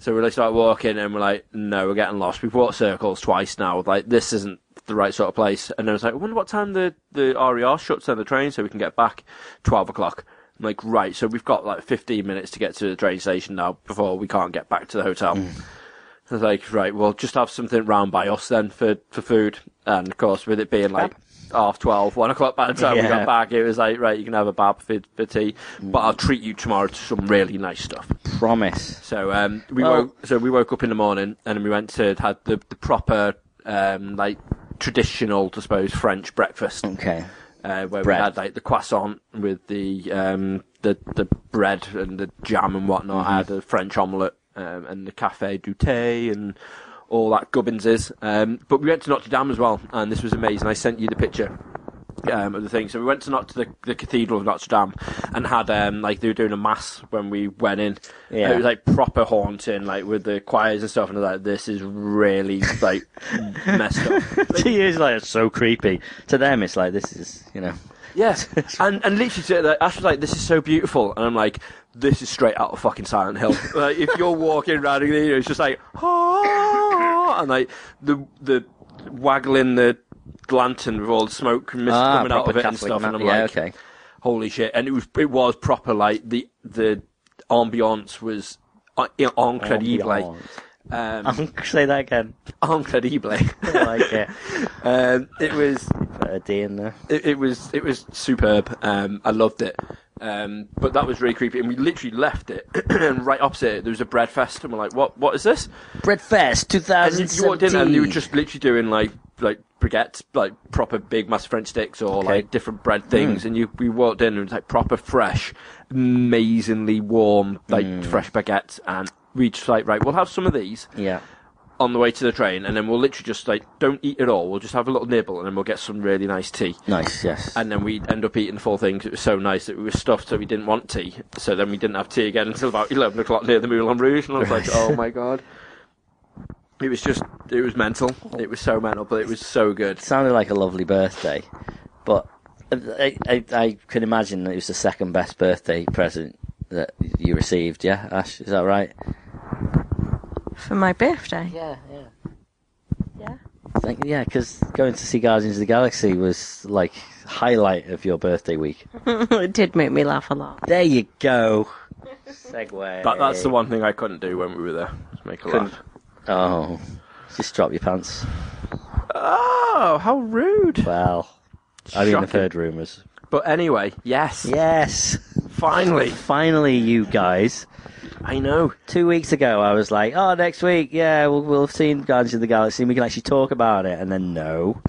C: So we like start walking, and we're like, no, we're getting lost. We've walked circles twice now. Like this isn't the right sort of place. And I was like, I wonder what time the the RER shuts on the train, so we can get back twelve o'clock. I'm like right, so we've got like fifteen minutes to get to the train station now before we can't get back to the hotel. I was like, right, well, just have something round by us then for, for food. And of course, with it being like half 12, 1 o'clock by the time we
A: Yeah.
C: got back, it was like, right, you can have a barb for, for tea, but I'll treat you tomorrow to some really nice stuff.
A: Promise.
C: So, um, we
A: Well-
C: woke, so we woke up in the morning and then we went to had the, the proper, um, like traditional, I suppose, French breakfast, uh,
A: Okay.
C: where we
A: Bread.
C: had like the croissant with the, um, the, the bread and the jam and whatnot. I had a French omelette, um, and the cafe du thé and all that gubbins is. Um, but we went to Notre Dame as well, and this was amazing. I sent you the picture um, of the thing. So we went to not to the, the Cathedral of Notre Dame and had um, like they were doing a mass when we went in.
A: Yeah.
C: It was like proper haunting, like with the choirs and stuff. And I was like, this is really like messed up.
A: to you, it's like it's so creepy. To them, it's like this is you know.
C: Yes, and and literally, to- like, Ash was like, "This is so beautiful," and I'm like, "This is straight out of fucking Silent Hill." like, if you're walking around, you know, it's just like, oh, and like the the waggling the lantern with all the smoke and mist
A: Ah,
C: coming out of
A: proper
C: it and
A: Catholic
C: stuff, and
A: ma-
C: I'm
A: yeah,
C: like,
A: okay.
C: "Holy shit!" And it was it was proper like the the ambiance was uh, incredible, um,
A: Oh, I'm gonna say that again.
C: incredible.
A: I like it.
C: um, it was
A: Put a D in there.
C: it, it was it was superb. Um, I loved it. Um, but that was really creepy, and we literally left it, and right opposite it, there was a bread fest, and we're like, "What? What is this?"
A: Bread Fest
C: And you, you walked in,
A: 2017.
C: and you were just literally doing like like baguettes, like proper big massive French sticks or
A: Okay.
C: like different bread things, and you we walked in and it was like proper fresh, amazingly warm, like fresh baguettes, and we just like right, we'll have some of these
A: Yeah.
C: on the way to the train, and then we'll literally just like don't eat at all. We'll just have a little nibble, and then we'll get some really nice tea.
A: Nice. Yes.
C: And then we end up eating the full thing 'cause it was so nice that we were stuffed, so we didn't want tea. So then we didn't have tea again until about 11 o'clock near the Moulin Rouge. And I was like, oh my God. It was just, it was mental. It was so mental, but it was so good.
A: It sounded like a lovely birthday, but I, I, I can imagine that it was the second best birthday present that you received. Yeah, Ash, is that right?
D: for my birthday.
A: Yeah, yeah.
D: Yeah.
A: I think, yeah, because going to see Guardians of the Galaxy was like highlight of your birthday week.
D: it did make me laugh a lot.
A: There you go. Segway.
C: That, that's the one thing I couldn't do when we were there. was Make a
A: Couldn't-
C: laugh.
A: Oh, just drop your pants.
C: Oh, how rude.
A: Well, I mean, I've
C: Shocking.
A: heard rumours.
C: But anyway, yes.
A: Yes,
C: Finally.
A: finally, you guys.
C: I know.
A: two weeks ago, I was like, "Oh, next week, yeah, we'll we'll have seen Guardians of the Galaxy, and we can actually talk about it." And then no,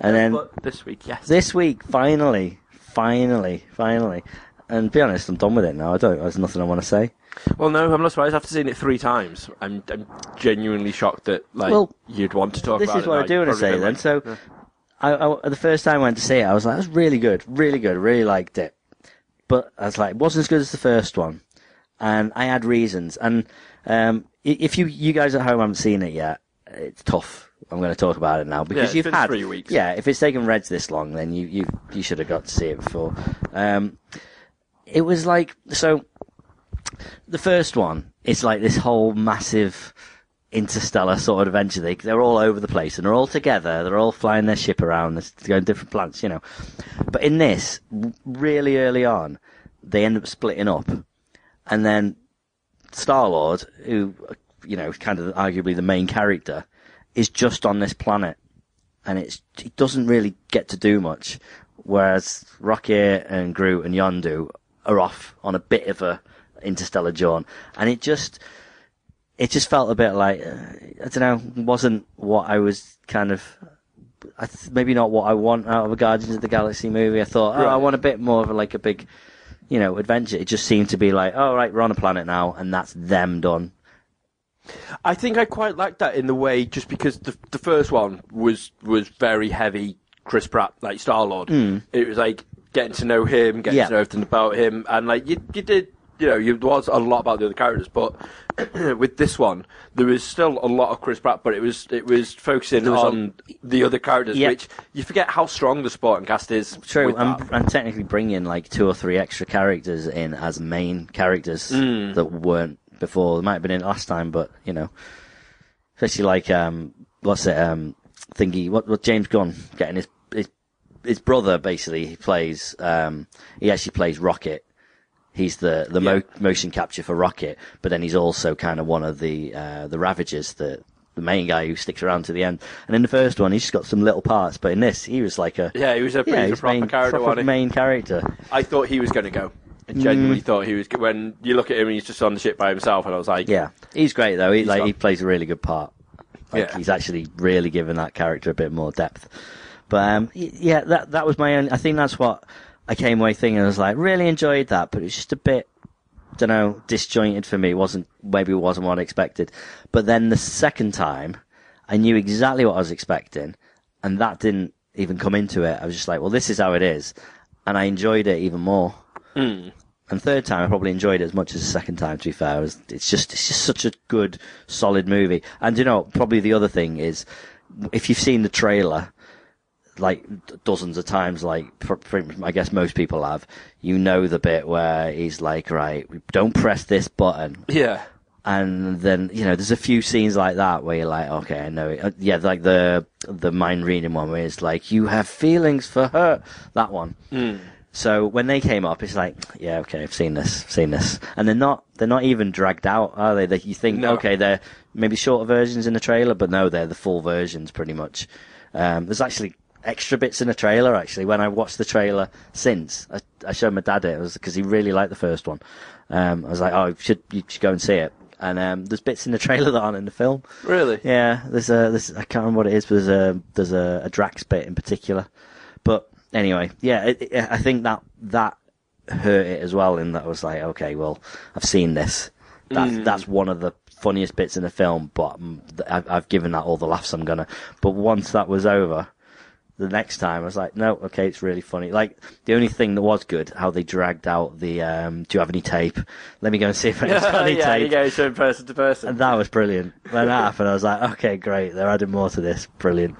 A: and then
C: But this week, yes.
A: this week, finally, finally, finally, and be honest, I'm done with it now. I don't. There's nothing I want to say.
C: Well, no, I'm not surprised. After seeing it three times, I'm, I'm genuinely shocked that like
A: Well,
C: you'd want to talk
A: this
C: about
A: is
C: it.
A: what I
C: and
A: do want to
C: probably
A: say
C: don't
A: then. So,
C: like-
A: I, I- the first time I went to see it, I was like, "That was really good, really good, really liked it," but I was like, it "Wasn't as good as the first one," and I had reasons. And um, i- if you you guys at home haven't seen it yet, it's tough. I'm going to talk about it now because
C: it's
A: you've
C: been
A: had
C: three weeks.
A: Yeah, if it's taken Reds this long, then you you you should have got to see it before. Um, it was like so. The first one, it's like this whole massive interstellar sort of adventure. They, they're all over the place and they're all together. They're all flying their ship around. They're going different planets, you know. But in this, w- really early on, they end up splitting up. And then Star Lord, who, uh, you know, is kind of arguably the main character, is just on this planet. And it's, he doesn't really get to do much. Whereas Rocket and Groot and Yondu are off on a bit of a interstellar jaunt. And it just, it just felt a bit like uh, I don't know, wasn't what I was kind of. I th- maybe not what I want out of a Guardians of the Galaxy movie. I thought, oh, I
C: Right.
A: want a bit more of a, like a big, you know, adventure. It just seemed to be like, oh, right, we're on a planet now, and that's them done.
C: I think I quite like that in the way, just because the the first one was was very heavy Chris Pratt, like Star Lord. It was like getting to know him, getting
A: Hmm. Yeah.
C: to know everything about him, and like you you did. You know, you was a lot about the other characters, but with this one, there was still a lot of Chris Pratt, but it was it was focusing
A: was a-
C: on the other characters,
A: Oh. Yeah.
C: which you forget how strong the supporting cast is.
A: True, um,
C: with
A: and,
C: that.
A: and technically bringing like two or three extra characters in as main characters
C: Mm.
A: that weren't before. They might have been in last time, but you know, especially like um, what's it um, thingy? What what James Gunn getting his his his brother basically he plays um he actually plays Rocket. He's the the mo- motion capture for Rocket, but then he's also kind of one of the uh, the Ravagers, the the main guy who sticks around to the end. And in the first one, he's just got some little parts, but in this, he was like a
C: yeah, he was a, he was
A: yeah,
C: a
A: he's
C: proper
A: main,
C: character,
A: proper
C: wasn't he?
A: main Mm. character.
C: I thought he was going to go. I genuinely thought he was. go- When you look at him, he's just on the ship by himself, and I was like,
A: Yeah, he's great though. He like
C: got-
A: he plays a really good part. Like
C: Yeah.
A: he's actually really given that character a bit more depth. But um, y- yeah, that that was my own. I think that's what I came away thinking. I was like, really enjoyed that, but it was just a bit, don't know, disjointed for me. It wasn't maybe it wasn't what I expected. But then the second time, I knew exactly what I was expecting, and that didn't even come into it. I was just like, well, this is how it is, and I enjoyed it even more. And third time, I probably enjoyed it as much as the second time. To be fair, It was- it's just it's just such a good, solid movie. And you know, probably the other thing is, if you've seen the trailer, like d- dozens of times, like pr- pretty much- I guess most people have, you know the bit where he's like, right, don't press this button,
C: yeah,
A: and then you know there's a few scenes like that where you're like okay i know it Uh, yeah like the the mind reading one where it's like you have feelings for her that one so when they came up it's like yeah okay i've seen this seen this and they're not they're not even dragged out are they that you think
C: No.
A: okay they're maybe shorter versions in the trailer but no they're the full versions pretty much um, there's actually extra bits in the trailer actually when i watched the trailer since i, I showed my dad it, it was because he really liked the first one um, i was like oh you should you should go and see it And um, there's bits in the trailer that aren't in the film.
C: Really?
A: Yeah, there's a this I can't remember what it is, but there's a there's a, a Drax bit in particular. But anyway, yeah, it, it, I think that that hurt it as well. In that I was like, okay, well, I've seen this. That's
C: Mm.
A: that's one of the funniest bits in the film, but mm, th- I've, I've given that all the laughs I'm gonna. But once that was over, the next time I was like, no, okay, it's really funny. Like the only thing that was good, how they dragged out the um, do you have any tape? Let me go and see if anyone's got any
C: yeah,
A: tape.
C: you go from person to person.
A: And that was brilliant. When that happened, I was like, okay, great. They're adding more to this. Brilliant.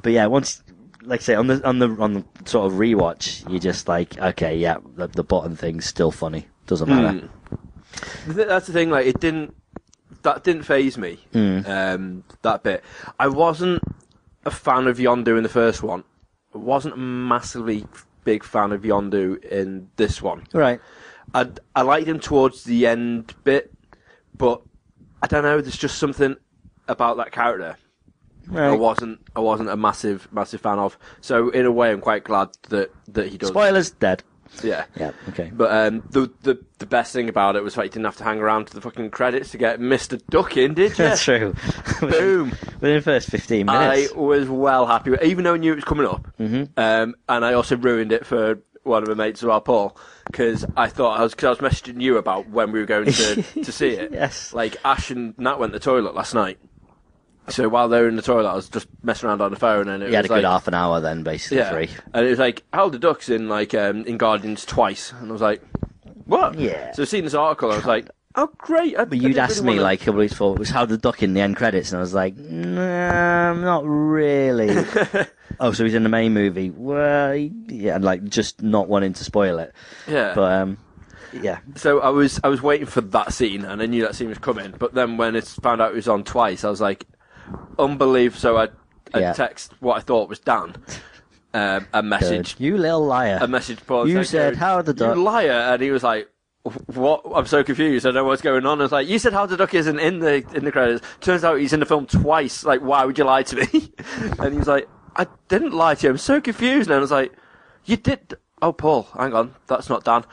A: But yeah, once, like I say, on the on the on the sort of rewatch, you're just like, okay, yeah, the, the bottom thing's still funny. Doesn't matter.
C: Hmm. The thi- That's the thing. Like it didn't. That didn't phase me.
A: Hmm.
C: Um, that bit. I wasn't a fan of Yondu in the first one. I wasn't a massively big fan of Yondu in this one.
A: Right.
C: I I liked him towards the end bit, but I don't know. There's just something about that character. I
A: Right.
C: wasn't. I wasn't a massive, massive fan of. So in a way, I'm quite glad that that he does.
A: Spoilers dead.
C: Yeah.
A: Yeah. Okay.
C: But um, the the the best thing about it was that you didn't have to hang around to the fucking credits to get Mr. Duck in, did you?
A: That's true. Within-
C: Boom.
A: Within the first 15
C: I
A: minutes.
C: was well happy, with, even though I knew it was coming up. Mm-hmm. Um, and I also ruined it for one of my mates as well, Paul, because I thought I was because I was messaging you about when we were going to to see it.
A: Yes.
C: Like Ash and Nat went to the toilet last night. So while they were in the toilet, I was just messing around on the phone, and it
A: you had
C: was
A: a good
C: like,
A: half an hour then, basically,
C: yeah.
A: free.
C: And it was like Howard the Duck's in like um, in Guardians twice, and I was like, what?
A: Yeah.
C: So seeing this article, I was like, oh great. I,
A: But you'd asked me like a couple of weeks before, it was how the duck in the end credits, and I was like, nah, not really. oh, so he's in the main movie. Well, he- yeah, and like just not wanting to spoil it.
C: yeah.
A: But um, yeah,
C: so I was I was waiting for that scene, and I knew that scene was coming. But then when it's found out it was on twice, I was like, unbelievable. So I I
A: Yeah.
C: text what I thought was Dan, um, a message.
A: Good. you little liar.
C: a message Paul.
A: You
C: saying,
A: said
C: "Yo,
A: Howard the Duck."
C: You liar, and he was like, "What? I'm so confused. I don't know what's going on." I was like, "You said Howard the Duck isn't in the in the credits. Turns out he's in the film twice. Like, why would you lie to me?" and he was like, "I didn't lie to you. I'm so confused." And I was like, "You did." Oh, Paul, hang on. That's not Dan.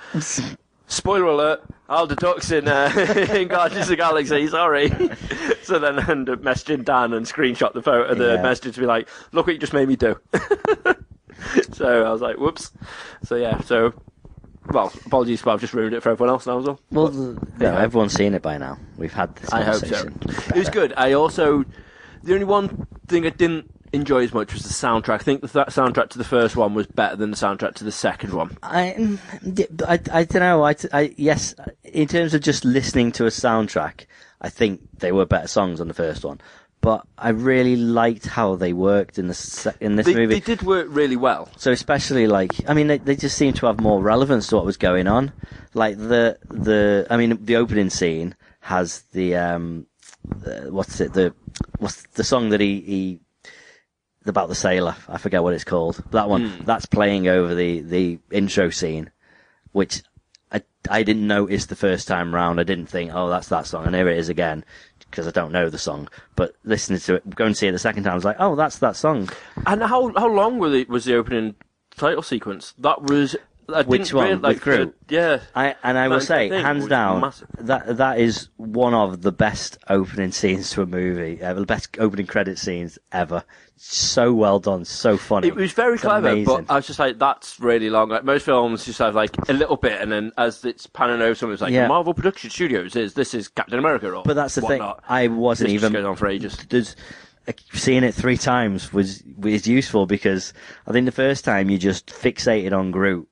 C: Spoiler alert. Howard the Duck's in, uh, in Guardians of the Galaxy, sorry. so then I ended up messaging Dan and screenshot the photo of the
A: Yeah.
C: message to be like, look what you just made me do. So I was like, whoops. So yeah, so well, apologies, but I've just ruined it for everyone else now as well.
A: well, th- no, everyone's seen it by now. We've had this
C: I hope so.
A: conversation.
C: It was good. I also the only one thing I didn't enjoy as much was the soundtrack. I think the th- soundtrack to the first one was better than the soundtrack to the second one.
A: I, mm, d- I, don't know. I, I- yes, in terms of just listening to a soundtrack, I think they were better songs on the first one. But I really liked how they worked in the se- in this
C: They,
A: movie.
C: they did work really well.
A: So especially like, I mean, they, they just seem to have more relevance to what was going on. Like the the, I mean, the opening scene has the um, uh, what's it the what's the song that he he about the sailor? I forget what it's called. That one that's playing over the the intro scene, which. I, I didn't notice the first time round. I didn't think, oh, that's that song, and here it is again, because I don't know the song. But listening to it, go and see it the second time, I was like, oh, that's that song.
C: And how how long were the, was the opening title sequence? That was I
A: Which
C: didn't
A: one?
C: Really, like,
A: With Groot?
C: Yeah.
A: I, and I will
C: That's the
A: say,
C: thing,
A: hands
C: was
A: down,
C: massive.
A: that that is one of the best opening scenes to a movie, uh, the best opening credit scenes ever. So well done, so funny.
C: It was very
A: It's
C: clever,
A: amazing.
C: but I was just like, that's really long. Like most films, just have like a little bit, and then as it's panning over, someone's like,
A: Yeah.
C: Marvel Production Studios is this is Captain America, or
A: But that's the thing.
C: whatnot.
A: I wasn't
C: This just
A: even
C: goes on for ages.
A: There's, like, seeing it three times was was useful because I think the first time you just fixated on Groot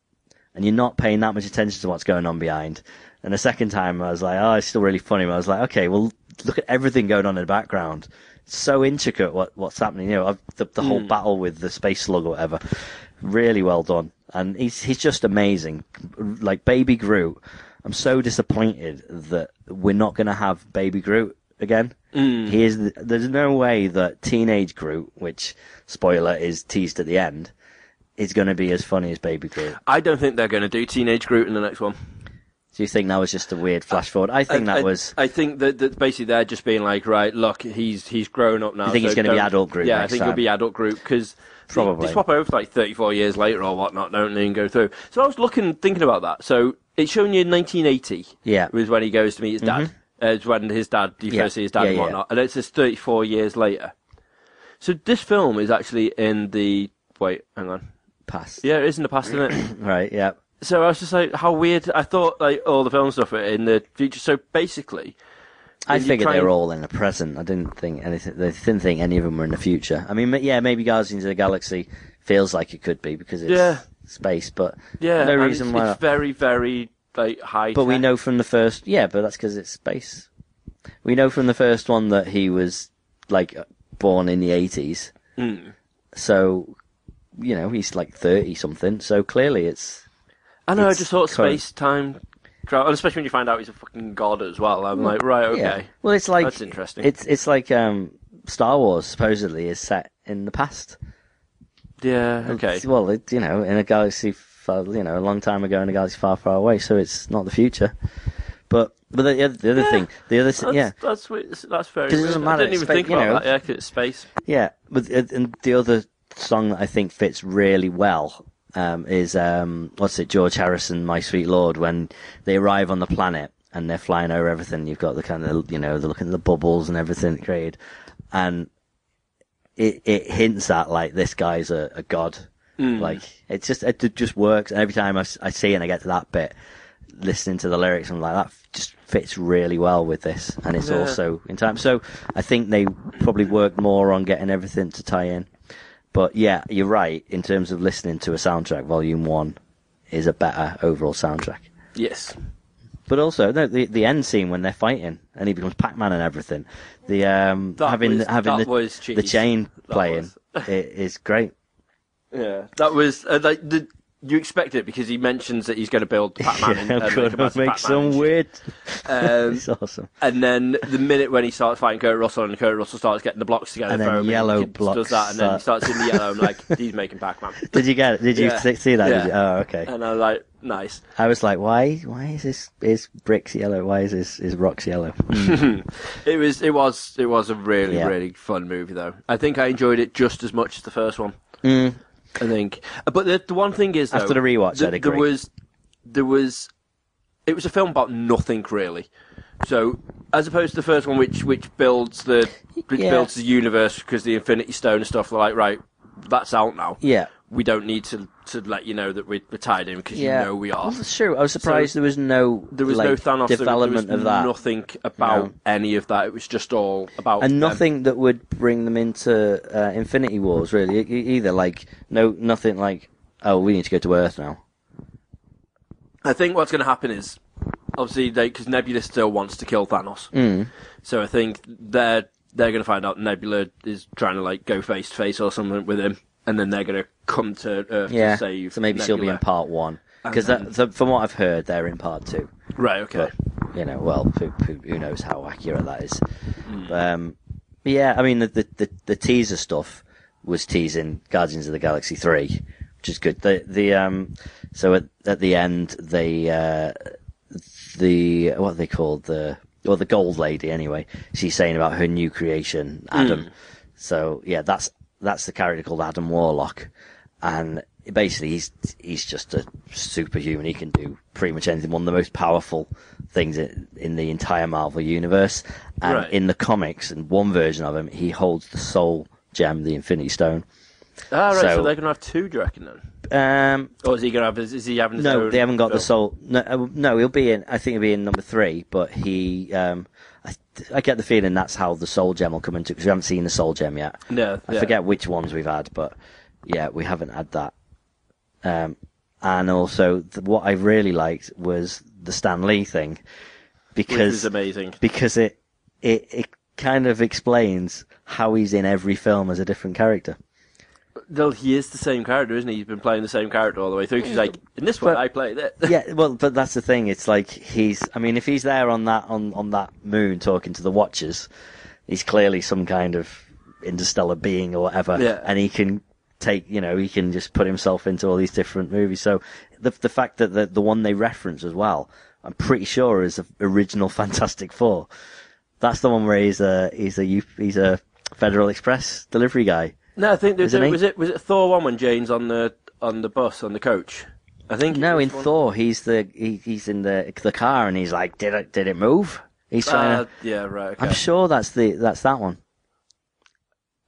A: and you're not paying that much attention to what's going on behind. And the second time I was like, oh, it's still really funny. But I was like, okay, well, look at everything going on in the background. It's so intricate what what's happening. You know, I've- the, the whole battle with the space slug or whatever. Really well done. And he's he's just amazing. Like Baby Groot. I'm so disappointed that we're not going to have Baby Groot again. He is. The, there's no way that Teenage Groot, which spoiler is teased at the end, is going to be as funny as Baby Groot.
C: I don't think they're going to do Teenage Groot in the next one.
A: Do you think that was just a weird flash forward? I think
C: I,
A: that was.
C: I think that, that basically they're just being like, right, look, he's he's grown up now.
A: think he's
C: so
A: gonna be
C: don't-
A: adult Groot
C: Yeah, I
A: next
C: think
A: time.
C: he'll be adult group because
A: Probably.
C: they swap over for like 34 years later or whatnot, don't they, and go through. So I was looking, thinking about that. So it's showing you 1980.
A: Yeah. Mm-hmm.
C: was when he goes to meet his dad. uh, It's when his dad, you
A: Yeah.
C: first see his dad
A: Yeah,
C: and
A: yeah,
C: whatnot, and it's just 34 years later. So this film is actually in the wait, hang on,
A: Past.
C: yeah, it is in the past, isn't it?
A: Right. Yeah.
C: So I was just like, how weird. I thought like all the film stuff are in the future. So basically,
A: I
C: If you
A: figured
C: try
A: they were
C: and-
A: all in the present. I didn't think anything. They didn't think any of them were in the future. I mean, ma- yeah, maybe Guardians of the Galaxy feels like it could be because it's
C: Yeah.
A: space, but
C: yeah,
A: no
C: and
A: reason
C: it's,
A: why.
C: it's
A: Not.
C: very, very like high.
A: But we
C: tech.
A: know from the first, yeah, but that's because it's space. We know from the first one that he was like born in the eighties,
C: Mm.
A: so you know he's like thirty something. So clearly, it's
C: I know. I
A: it's
C: just thought
A: current.
C: space time, and especially when you find out he's a fucking god as well. I'm like, right, okay.
A: yeah. Well, it's like
C: That's interesting.
A: It's it's like um, Star Wars supposedly is set in the past.
C: Yeah, okay.
A: It's- Well, it, you know, in a galaxy, far, you know, a long time ago in a galaxy far, far away, so it's not the future. But but the, the other- the other
C: Yeah,
A: thing, the other s-
C: That's,
A: yeah
C: that's we- that's very.
A: 'Cause it
C: weird.
A: doesn't matter,
C: I didn't even
A: it's
C: think
A: spa- you
C: about
A: know.
C: that. Yeah, 'cause it's space.
A: yeah, but and and the other song that I think fits really well um, is um, what's it, George Harrison, My Sweet Lord, when they arrive on the planet and they're flying over everything. You've got the kind of you know they're looking at the bubbles and everything created, and it it hints at like this guy's a, a god. Like it's just it ju- just works. And every time I, s- I see it and I get to that bit, listening to the lyrics, I'm like that f- just fits really well with this, and it's
C: Yeah.
A: also in time. So I think they probably worked more on getting everything to tie in. But yeah, you're right in terms of listening to a soundtrack. Volume one is a better overall soundtrack.
C: Yes.
A: But also, no, the the end scene when they're fighting and he becomes Pac Man and everything. The um
C: That
A: having
C: was-
A: having
C: that
A: the,
C: was
A: the
C: cheese.
A: chain
C: That
A: playing i-
C: was.
A: is great.
C: Yeah, that was uh, like the. You expect it because he mentions that he's going to build Batman. and-
A: Yeah, I'm
C: and make a
A: gonna
C: massive
A: make
C: Batman
A: some
C: and shit.
A: weird.
C: Um,
A: it's awesome.
C: and then the minute when he starts fighting Kurt Russell and Kurt Russell starts getting the blocks together,
A: And then
C: for him,
A: yellow
C: he
A: blocks
C: does that, and then he
A: start-
C: starts in the yellow. I'm like, he's making Pac-Man.
A: Did you get it? Did you
C: Yeah.
A: see- see that? Did
C: Yeah.
A: you? Oh, okay.
C: And I'm like, nice.
A: I was like, why? Why is this? Is bricks yellow? Why is this? Is rocks yellow?
C: Hmm. It was, it was, it was a really,
A: Yeah.
C: really fun movie though. I think I enjoyed it just as much as the first one. I think, Uh, but the, the one thing is though,
A: Mm. After the rewatch,
C: th-
A: I'd agree.
C: there was, there was, it was a film about nothing really. So as opposed to the first one, which which builds the which
A: Yeah.
C: builds the universe because the Infinity Stone and stuff, they're like right, that's out now.
A: yeah.
C: we don't need to to let you know that we're, we're tied in because
A: Yeah.
C: you know we are.
A: Well, that's true. I was surprised there was no
C: There was
A: like,
C: no Thanos there was-
A: development
C: there was
A: of that,
C: Nothing about
A: No.
C: any of that. It was just all about
A: and
C: them.
A: nothing that would bring them into uh, Infinity Wars really e- e- either. Like no, nothing like oh, we need to go to Earth now.
C: I think what's going to happen is obviously because Nebula still wants to kill Thanos,
A: Mm.
C: so I think they're they're going to find out Nebula is trying to like go face to face or something with him, and then they're going to come to Earth
A: Yeah.
C: to save.
A: So maybe she'll be in
C: Nebula.
A: part one because
C: And-
A: from what I've heard, they're in part two.
C: Right. Okay.
A: But you know, well, who, who, who knows how accurate that is? Um, but yeah, I mean, the, the the the teaser stuff was teasing Guardians of the Galaxy three, which is good. The the um, so at at the end they uh, the what are they called the well the gold lady anyway. She's saying about her new creation, Adam. So yeah, that's that's the character called Adam Warlock, and basically he's he's just a superhuman. He can do pretty much anything. One of the most powerful things in, in the entire Marvel universe. And
C: Right.
A: in the comics, and one version of him, he holds the Soul Gem, the Infinity Stone.
C: Ah, right. So,
A: so-
C: they're going to have two. Do you reckon then?
A: Um,
C: Or is he going to have? Is, is he having? His
A: no,
C: own
A: they haven't got the
C: film?
A: soul. No, uh, no, he'll be in. I think he'll be in number three. But he, um, I, I get the feeling that's how the soul gem will come into because we haven't seen the soul gem yet.
C: No,
A: I
C: yeah.
A: forget which ones we've had, but yeah, we haven't had that. Um, and also th- what I really liked was the Stan Lee thing
C: Which
A: because
C: was amazing.
A: because it it it kind of explains how he's in every film as a different character.
C: Well, he is the same character, isn't he? He's been playing the same character all the way through. 'cause He's like, in this one,
A: But-
C: I played it.
A: yeah, well, but that's the thing. It's like he's. I mean, if he's there on that on on that moon talking to the Watchers, he's clearly some kind of interstellar being or whatever,
C: Yeah.
A: and he can take. You know, he can just put himself into all these different movies. So the the fact that the the one they reference as well, I'm pretty sure is the original Fantastic Four. That's the one where he's a he's a youth- he's a Federal Express delivery guy.
C: No, I think there was,
A: Isn't he?
C: was it was it Thor one when Jane's on the on the bus on the coach. I think it
A: No,
C: was
A: in
C: one-
A: Thor, he's the he, he's in the the car and he's like, did it did it move? He's trying
C: Uh,
A: to.
C: yeah, right. Okay.
A: I'm sure that's the that's that one.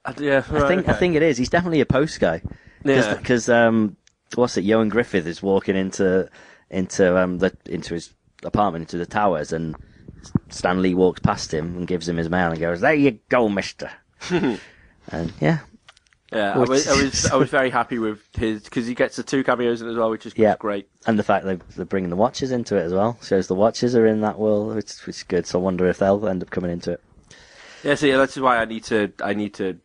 C: Uh, yeah,
A: I
C: right,
A: think I
C: okay.
A: think it is. He's definitely a post guy.
C: Yeah.
A: Because um, what's it? Johan Griffith is walking into into um the into his apartment into the towers, and Stan Lee walks past him and gives him his mail and goes, "There you go, Mister." and yeah,
C: Yeah, I was, I was I was very happy with his because he gets the two cameos in as well, which is
A: Yeah.
C: great.
A: and the fact they they're bringing the watches into it as well shows the watches are in that world, which, which is good. So I wonder if they'll end up coming into it.
C: Yeah, so yeah, that's why I need to I need to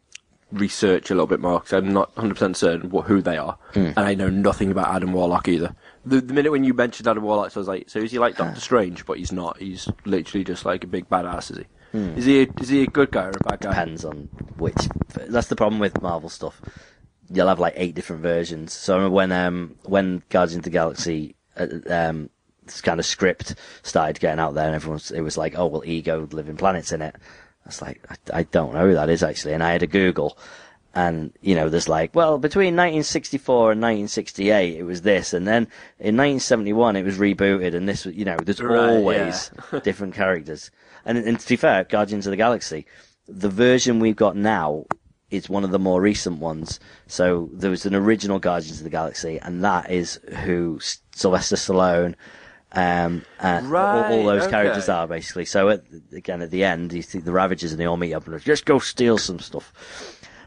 C: research a little bit more because I'm not 100 percent certain what, who they are,
A: Hmm.
C: and I know nothing about Adam Warlock either. The, the minute when you mentioned Adam Warlock, so I was like, so is he like Doctor Strange? But he's not. He's literally just like a big badass. Is he? Is he a, is he a good guy or a bad guy?
A: Hmm. depends on which. That's the problem with Marvel stuff. You'll have like eight different versions. So I remember when um when Guardians of the Galaxy uh, um this kind of script started getting out there, and everyone's it was like, oh well, ego living planets in it. That's like I, I don't know who that is actually, and I had a Google, and you know there's like well between 1964 and 1968 it was this, and then in 1971 it was rebooted, and this was you know there's
C: Right,
A: always different characters. And, and to be fair, Guardians of the Galaxy, the version we've got now is one of the more recent ones. So there was an original Guardians of the Galaxy, and that is who S- Sylvester Stallone um, and all, all
C: Right,
A: those characters
C: okay.
A: are basically. So at, again, at the end, you see the Ravagers and they all meet up and just go steal some stuff.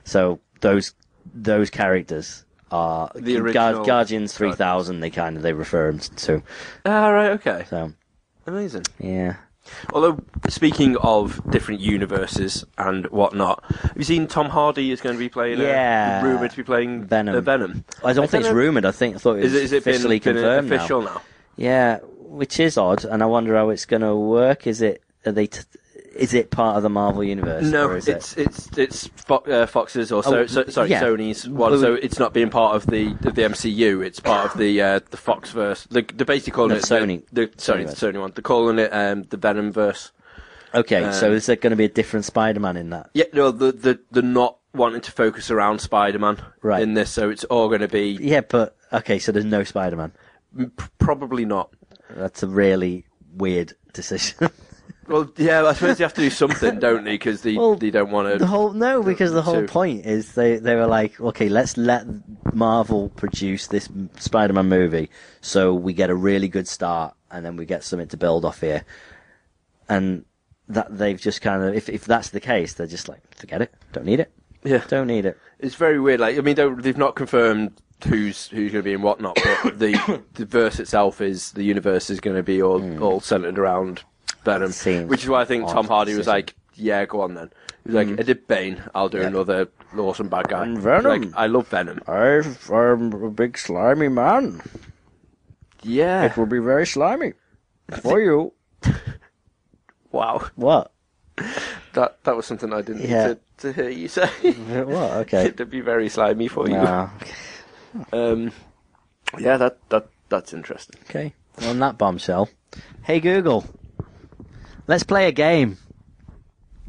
A: So those those characters are
C: The
A: Guar-
C: original
A: Guardians three thousand. They kind of they refer 'em to.
C: Ah, right, okay,
A: So
C: amazing.
A: yeah.
C: Although speaking of different universes and whatnot, have you seen Tom Hardy is going to be playing? uh,
A: Yeah.
C: rumored to be playing
A: Venom.
C: uh, Venom.
A: I don't think it's
C: know-
A: rumored. I think I thought it was
C: Is it, is it been-
A: officially
C: been,
A: confirmed now.
C: official now?
A: Yeah, which is odd, and I wonder how it's going to work. Is it are they? T- is it part of the Marvel universe?
C: No,
A: or is
C: it's,
A: it-
C: it's it's Fo- uh, Fox's or so,
A: Oh,
C: so- sorry
A: yeah.
C: Sony's one.
A: Well,
C: So it's not being part of the of the MCU. It's part of the uh, the Foxverse. The, they're basically calling
A: No,
C: it
A: Sony.
C: The, the, sorry, the
A: Sonyverse.
C: Sony one. They're calling it um, the Venomverse.
A: okay. so
C: um,
A: is there going to be a different Spider-Man in that?
C: Yeah, no, the the they're not wanting to focus around Spider-Man
A: Right.
C: in this. So it's all going to be
A: Yeah, but okay. So there's no Spider-Man.
C: p- probably not.
A: That's a really weird decision.
C: Well, yeah, I suppose they have to do something, don't they? Because they
A: Well,
C: they don't want
A: the
C: to.
A: whole no, because the whole
C: Two.
A: point is they they were like, okay, let's let Marvel produce this m- Spider-Man movie, so we get a really good start, and then we get something to build off here, and that they've just kind of if if that's the case, they're just like, forget it, don't need it,
C: Yeah.
A: don't need it.
C: It's very weird. Like, I mean, they they've not confirmed who's who's going to be in whatnot, but the the verse itself is the universe is going to be all all centered around Venom,
A: Hmm. Seems
C: which is why I think
A: odd
C: Tom Hardy was
A: decision.
C: like, "Yeah, go on then." He was like, "I did Bane. I'll do another awesome bad guy."
A: And Venom.
C: Like, I love Venom.
A: I'm a big slimy man.
C: Yeah.
A: will be very slimy for you.
C: Wow.
A: What?
C: That that was something I didn't
A: Yeah.
C: need to, to hear you say.
A: What? Okay. Ah,
C: It'd be very slimy for you.
A: Nah.
C: Um, yeah, that that that's interesting.
A: Okay. On that bombshell. Hey Google, let's play a game.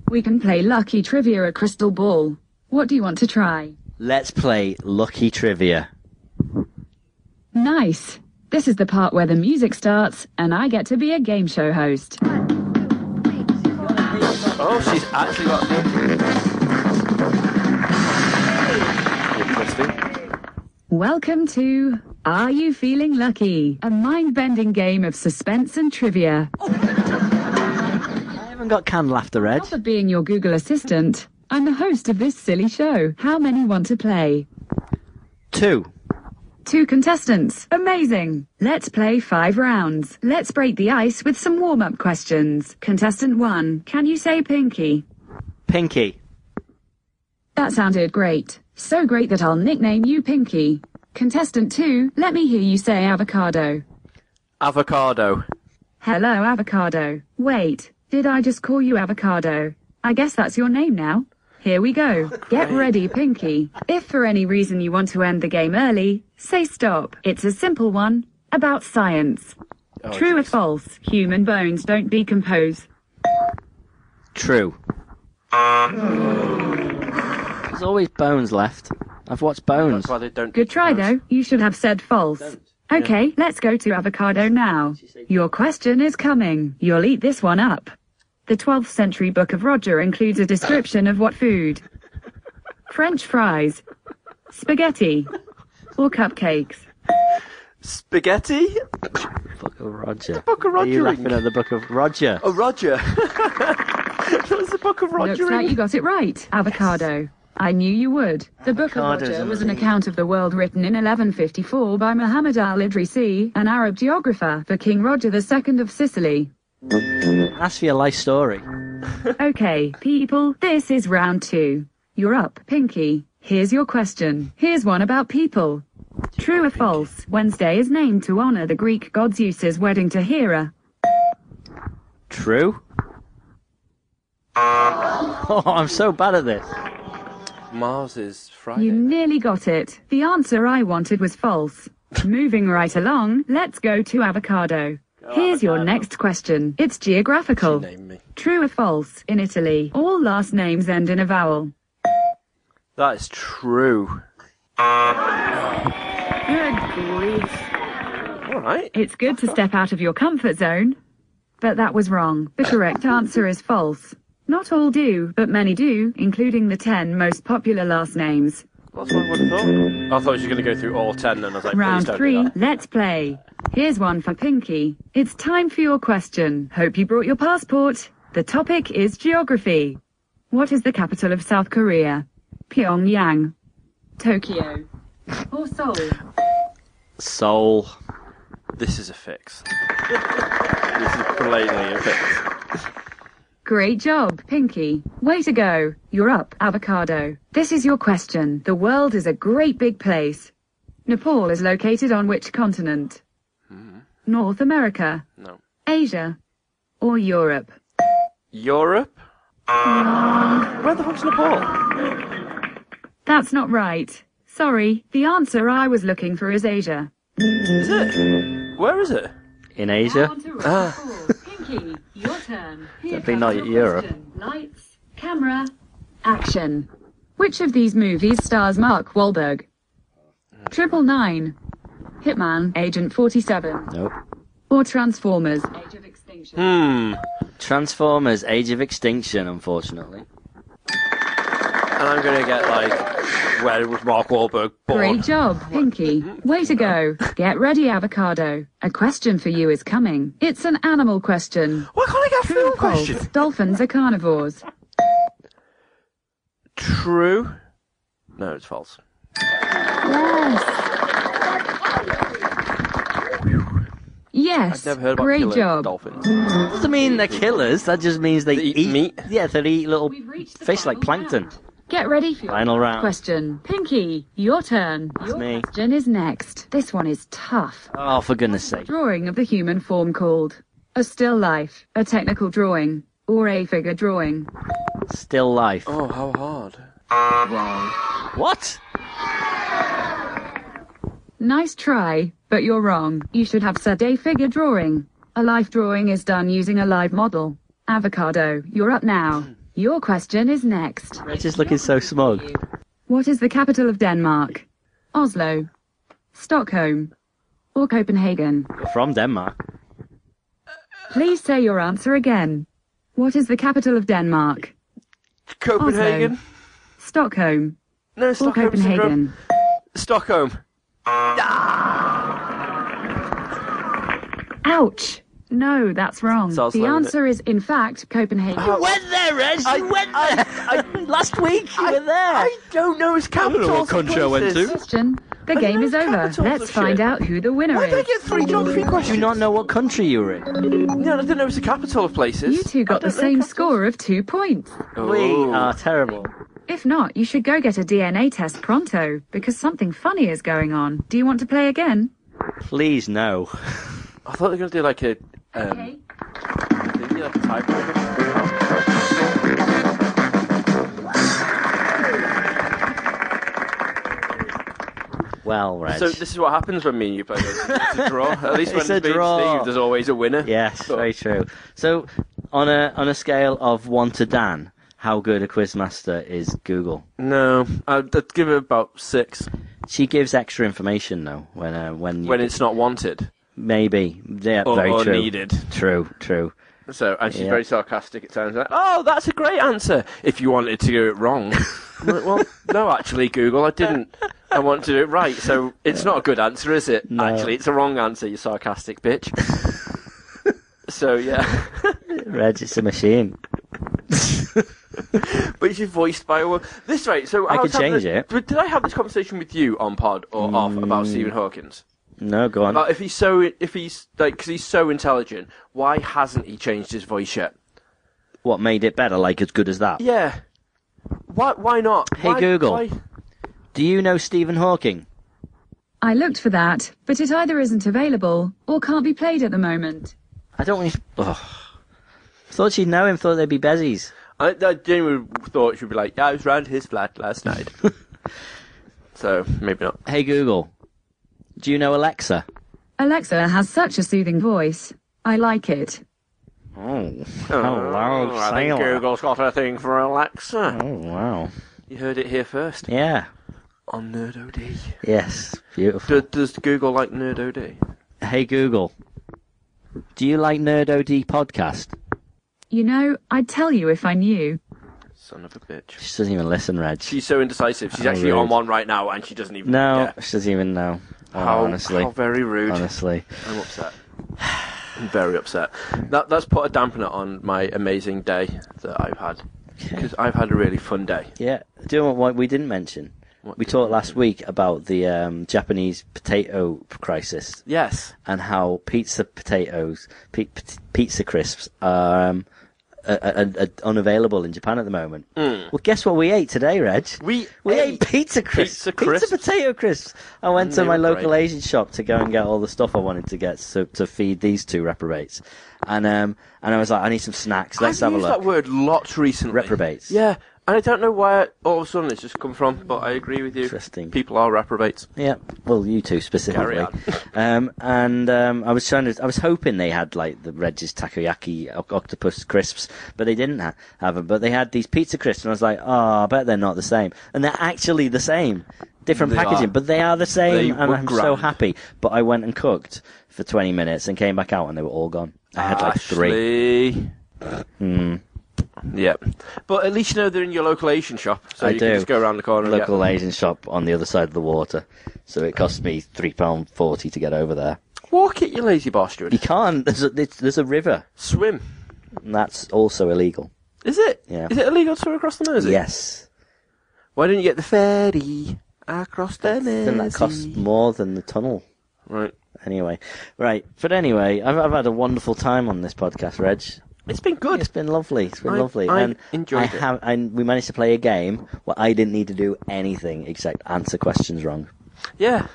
B: We can play lucky trivia at Crystal Ball. What do you want to try?
A: Let's play Lucky Trivia.
B: Nice. This is the part where the music starts, and I get to be a game show host.
C: Oh, she's actually got. Interesting.
B: Welcome to Are You Feeling Lucky? A mind bending game of suspense and trivia.
A: I haven't got canned laughter, Red.
B: For being your Google Assistant, I'm the host of this silly show. How many want to play?
A: Two.
B: Two contestants. Amazing. Let's play five rounds. Let's break the ice with some warm up questions. Contestant one, can you say pinky?
A: Pinky.
B: That sounded great. So great that I'll nickname you Pinky. Contestant two, let me hear you say avocado.
C: Avocado.
B: Hello, avocado. Wait, did I just call you avocado? I guess that's your name now. Here we go. Get ready, Pinky. If for any reason you want to end the game early, say stop. It's a simple one about science. True or false? Human bones don't decompose.
A: True. There's always Bones left. I've watched Bones.
C: That's why they don't.
B: Good try though. You should have said false. Okay, let's go to avocado now. Your question is coming. You'll eat this one up. The 12th century Book of Roger includes a description of what food? French fries, spaghetti, or cupcakes.
C: Spaghetti?
A: Book of Roger.
C: Book of
A: Are you
C: Roger.
A: laughing at the Book of Roger?
C: Oh, Roger. That's the Book of
B: Looks
C: Roger.
B: like
C: in-
B: you got it right. Avocado. I knew you would. The Book of
A: Avocados
B: Roger
A: and
B: was an account of the world written in 1154 by Muhammad al-Idrisi, an Arab geographer for King Roger II of Sicily.
A: Ask for your life story.
B: Okay, people, this is round two. You're up, Pinky. Here's your question. Here's one about people. True or false, Wednesday is named to honor the Greek god Zeus's wedding to Hera.
A: True. Oh, I'm so bad at this.
C: Mars is Friday.
B: You nearly got it. The answer I wanted was false. Moving right along, let's go to avocado. Here's your next question. It's geographical.
C: Name me.
B: True or false, in Italy, all last names end in a vowel.
C: That is true.
B: Good grief.
C: All right.
B: It's good to step out of your comfort zone. But that was wrong. The correct answer is false. Not all do, but many do, including the 10 most popular last names.
C: That's what I would have thought. I thought you were going to go through all ten, and I was like,
B: Round three, let's play. Here's one for Pinky. It's time for your question. Hope you brought your passport. The topic is geography. What is the capital of South Korea? Pyongyang. Tokyo. Or Seoul.
A: Soul.
C: This is a fix. this is blatantly a fix.
B: Great job, Pinky. Way to go. You're up, Avocado. This is your question. The world is a great big place. Nepal is located on which continent? North America,
C: No.
B: Asia, or Europe?
C: Europe? Where the fuck's Nepal?
B: That's not right. Sorry, the answer I was looking for is Asia.
C: Is it? Where is it?
A: In Asia?
B: Pinky, your turn.
A: Definitely Ah. not comes your Europe.
B: Lights, camera, action. Which of these movies stars Mark Wahlberg? Triple Nine, Hitman, Agent 47,
A: Nope.
B: or Transformers, Age of Extinction.
C: Hmm.
A: Transformers Age of Extinction, unfortunately.
C: And I'm going to get like, where was Mark Wahlberg born?
B: Great job, Pinky. Way to go. Get ready, Avocado. A question for you is coming. It's an animal question.
C: Why can't I get a
B: True
C: film
B: or false?
C: question?
B: Dolphins are carnivores.
C: True. No, it's false.
B: Yes. Yes.
C: I've never heard about
B: Great
C: killer
B: job.
C: dolphins.
A: Doesn't mean they're killers. That just means they,
C: They eat meat?
A: Yeah, they eat little
B: We've reached the
A: fish like
B: final
A: plankton.
B: round. Get ready for your
A: Final round.
B: question. Pinky, your turn. Your
A: me.
B: question is next. This one is tough.
A: Oh, for goodness sake.
B: Drawing of the human form called a still life, a technical drawing, or a figure drawing.
A: Still life.
C: Oh, how hard.
A: What?
B: Nice try, but you're wrong. You should have said a figure drawing. A life drawing is done using a live model. Avocado, you're up now. Your question is next.
A: Rich is looking so smug.
B: What is the capital of Denmark? Oslo, Stockholm, or Copenhagen?
A: You're from Denmark.
B: Please say your answer again. What is the capital of Denmark?
C: Copenhagen?
B: Stockholm
C: No,
B: or
C: Stockholm syndrome.
B: Copenhagen?
C: Stockholm.
B: Ouch! No, that's wrong.
C: It's Oslo,
B: The
C: isn't it? Oh,
B: answer is, in fact, Copenhagen.
A: Went there, Reg. You went there. Last week you were there.
C: I don't know his capital.
A: what country I went to.
B: Question. The game is over.
C: capitals
B: Let's
C: of
B: find
C: shit.
B: out who the winner
C: Why
B: is.
C: did I get three geography
A: Do
C: questions?
A: you not know what country you were in?
C: No, I didn't know it was the capital of places.
B: You two got the same score of two points.
A: We
C: Oh.
A: are terrible.
B: If not, you should go get a DNA test pronto because something funny is going on. Do you want to play again?
A: Please no.
C: I thought they were going to do like a. Um, they do like a tiebreaker.
A: Well, Reg.
C: So this is what happens when me and you play. this. It's a draw. At least when
A: It's
C: it's,
A: a
C: me and
A: draw.
C: Steve, there's always a winner.
A: Yes,
C: So-
A: very true. So, on a on a scale of one to Dan, how good a quizmaster is Google?
C: No, I'd, I'd give it about six
A: She gives extra information though when uh, when, you,
C: when it's not wanted
A: maybe yeah,
C: or,
A: very
C: or
A: true.
C: needed.
A: True, true.
C: So, and she's
A: Yeah.
C: very sarcastic at times. Like, oh, that's a great answer. If you wanted to do it wrong, I'm like, well, no, actually, Google, I didn't. I want to do it right. So it's not a good answer, is it?
A: No.
C: Actually, it's a wrong answer. You sarcastic bitch. so yeah,
A: Reg, it's a machine.
C: but she's voiced by a woman. This right. So I,
A: could
C: was having
A: change
C: this-
A: it. Mm.
C: But did I have this conversation with you on pod or off about Stephen Hawkins?
A: No, go on.
C: Like, if he's so, if he's like, because he's so intelligent, why hasn't he changed his voice yet?
A: What made it better? Like as good as that?
C: Yeah. Why? Why not?
A: Hey,
C: Why-
A: Google.
C: why-
A: Do you know Stephen Hawking?
B: I looked for that, but it either isn't available or can't be played at the moment.
A: I don't. really- Ugh. Thought she'd know him. Thought they'd be bezies.
C: I, I genuinely thought she'd be like, yeah, I was round his flat last night. so maybe not.
A: Hey Google, do you know Alexa?
B: Alexa has such a soothing voice. I like it.
A: Oh,
C: Oh, I think Google's got a thing for Alexa.
A: Oh wow.
C: You heard it here first
A: Yeah.
C: on Nerd OD.
A: Yes. Beautiful.
C: Do, does Google like Nerd OD?
A: Hey Google, do you like Nerd OD podcast?
B: You know, I'd tell you if I knew.
C: Son of a bitch.
A: She doesn't even listen, Reg.
C: She's so indecisive. She's
A: Oh,
C: actually
A: rude.
C: on one right now, and she doesn't even.
A: no,
C: care.
A: she doesn't even know. Oh,
C: How,
A: honestly,
C: how very rude.
A: honestly,
C: I'm upset. I'm very upset. That that's put a dampener on my amazing day that I've had because I've had a really fun day.
A: yeah. Do you know what we didn't mention?
C: What
A: we
C: did
A: talked last week about the um, Japanese potato crisis
C: Yes.
A: and how pizza potatoes, pi- p- pizza crisps are, um, are, are, are unavailable in Japan at the moment. Well, guess what we ate today, Reg?
C: Hmm. We
A: we
C: ate
A: ate pizza crisps,
C: pizza crisps.
A: potato crisps. I went
C: And
A: to
C: they
A: my
C: were
A: local
C: great.
A: Asian shop to go and get all the stuff I wanted to get to, to feed these two reprobates, and um, and I was like, I need some snacks. Let's
C: I've
A: have
C: used
A: a look.
C: that word lots recently.
A: Reprobates.
C: Yeah, and I don't know where all of a sudden it's just come from, but I agree with you.
A: Interesting.
C: People are reprobates.
A: Yeah, well, you two
C: Carry
A: specifically.
C: on.
A: um, and um, I was trying to, I was hoping they had like the Reg's takoyaki o- octopus crisps, but they didn't ha- have them. But they had these pizza crisps, and I was like, oh, I bet they're not the same. And they're actually the same, different
C: They
A: packaging,
C: are.
A: but they are the
C: They
A: same. and
C: were
A: I'm so
C: grand.
A: happy. But I went and cooked for 20 minutes and came back out, and they were all gone. I had like three. Hmm.
C: Ashley. Yep. But at least you know they're in your local Asian shop, so
A: I
C: you
A: do.
C: can just go around the corner. and get
A: Local
C: them.
A: Asian shop on the other side of the water, so it cost me three pound forty to get over there.
C: Walk it, you lazy
A: You
C: bastard.
A: can't. There's a, there's a river,
C: Swim.
A: and that's also illegal.
C: Is it?
A: Yeah.
C: Is it illegal to swim across the Mersey?
A: Yes.
C: Why didn't you get the ferry across the Mersey?
A: Then that costs more than the tunnel.
C: Right.
A: Anyway, right. But anyway, I've, I've had a wonderful time on this podcast, Reg.
C: It's been good.
A: It's been lovely. It's been
C: I-
A: lovely.
C: I
A: and I
C: enjoyed it.
A: have, and we managed to play a game where I didn't need to do anything except answer questions wrong.
C: Yeah.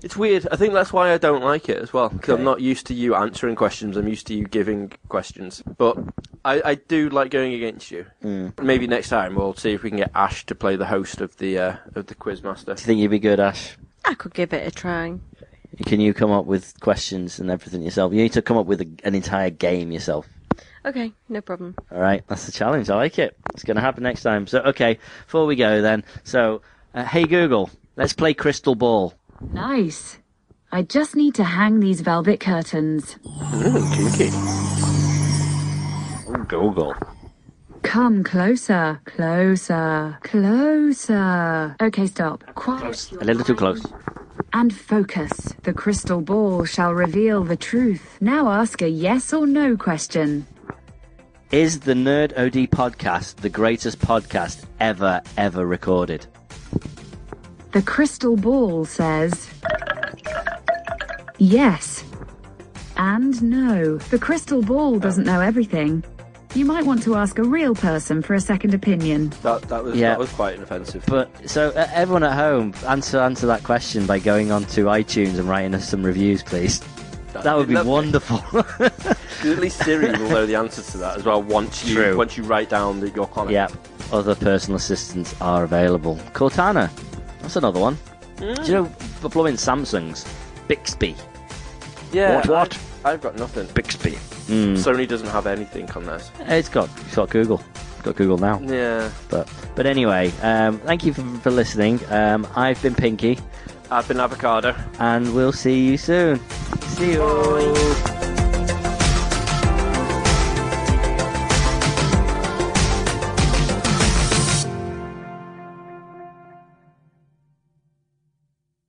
C: It's weird. I think that's why I don't like it as well, because
A: Okay.
C: I'm not used to you answering questions. I'm used to you giving questions. But I, I do like going against you.
A: Hmm.
C: Maybe next time we'll see if we can get Ash to play the host of the uh, of the
A: Do you
C: Quizmaster.
A: think you'd be good, Ash?
D: I could give it a try.
A: Can you come up with questions and everything yourself? You need to come up with a, an entire game yourself.
D: Okay, no problem.
A: All right, that's the challenge. I like it. It's going to happen next time. So, okay, before we go then, so, uh, hey Google, let's play Crystal Ball.
B: Nice. I just need to hang these velvet curtains.
A: Google.
B: Come closer, closer, closer. Okay, stop. Quiet.
A: A little too close.
B: And focus. The crystal ball shall reveal the truth. Now ask a yes or no question.
A: Is the Nerd OD podcast the greatest podcast ever, ever recorded?
B: The crystal ball says yes and no. The crystal ball doesn't know everything. You might want to ask a real person for a second opinion.
C: That that was
A: Yeah.
C: that was quite inoffensive.
A: But so uh, everyone at home, answer answer that question by going on to iTunes and writing us some reviews, please. That would be
C: lovely.
A: wonderful.
C: 'Cause At least Siri will know the answer to that as well once you
A: True.
C: once you write down the, your comment.
A: yeah, other personal assistants are available. Cortana, that's another one. Do you know the blowing Samsungs? Bixby,
C: Yeah.
A: What, what?
C: I, have got nothing.
A: Bixby.
C: Sony doesn't have anything on theirs.
A: Eh, It's got it's got Google. It's got Google now.
C: Yeah.
A: But but anyway, um, thank you for, for listening. Um, I've been Pinky.
C: I've been avocado.
A: and we'll see you soon. See you.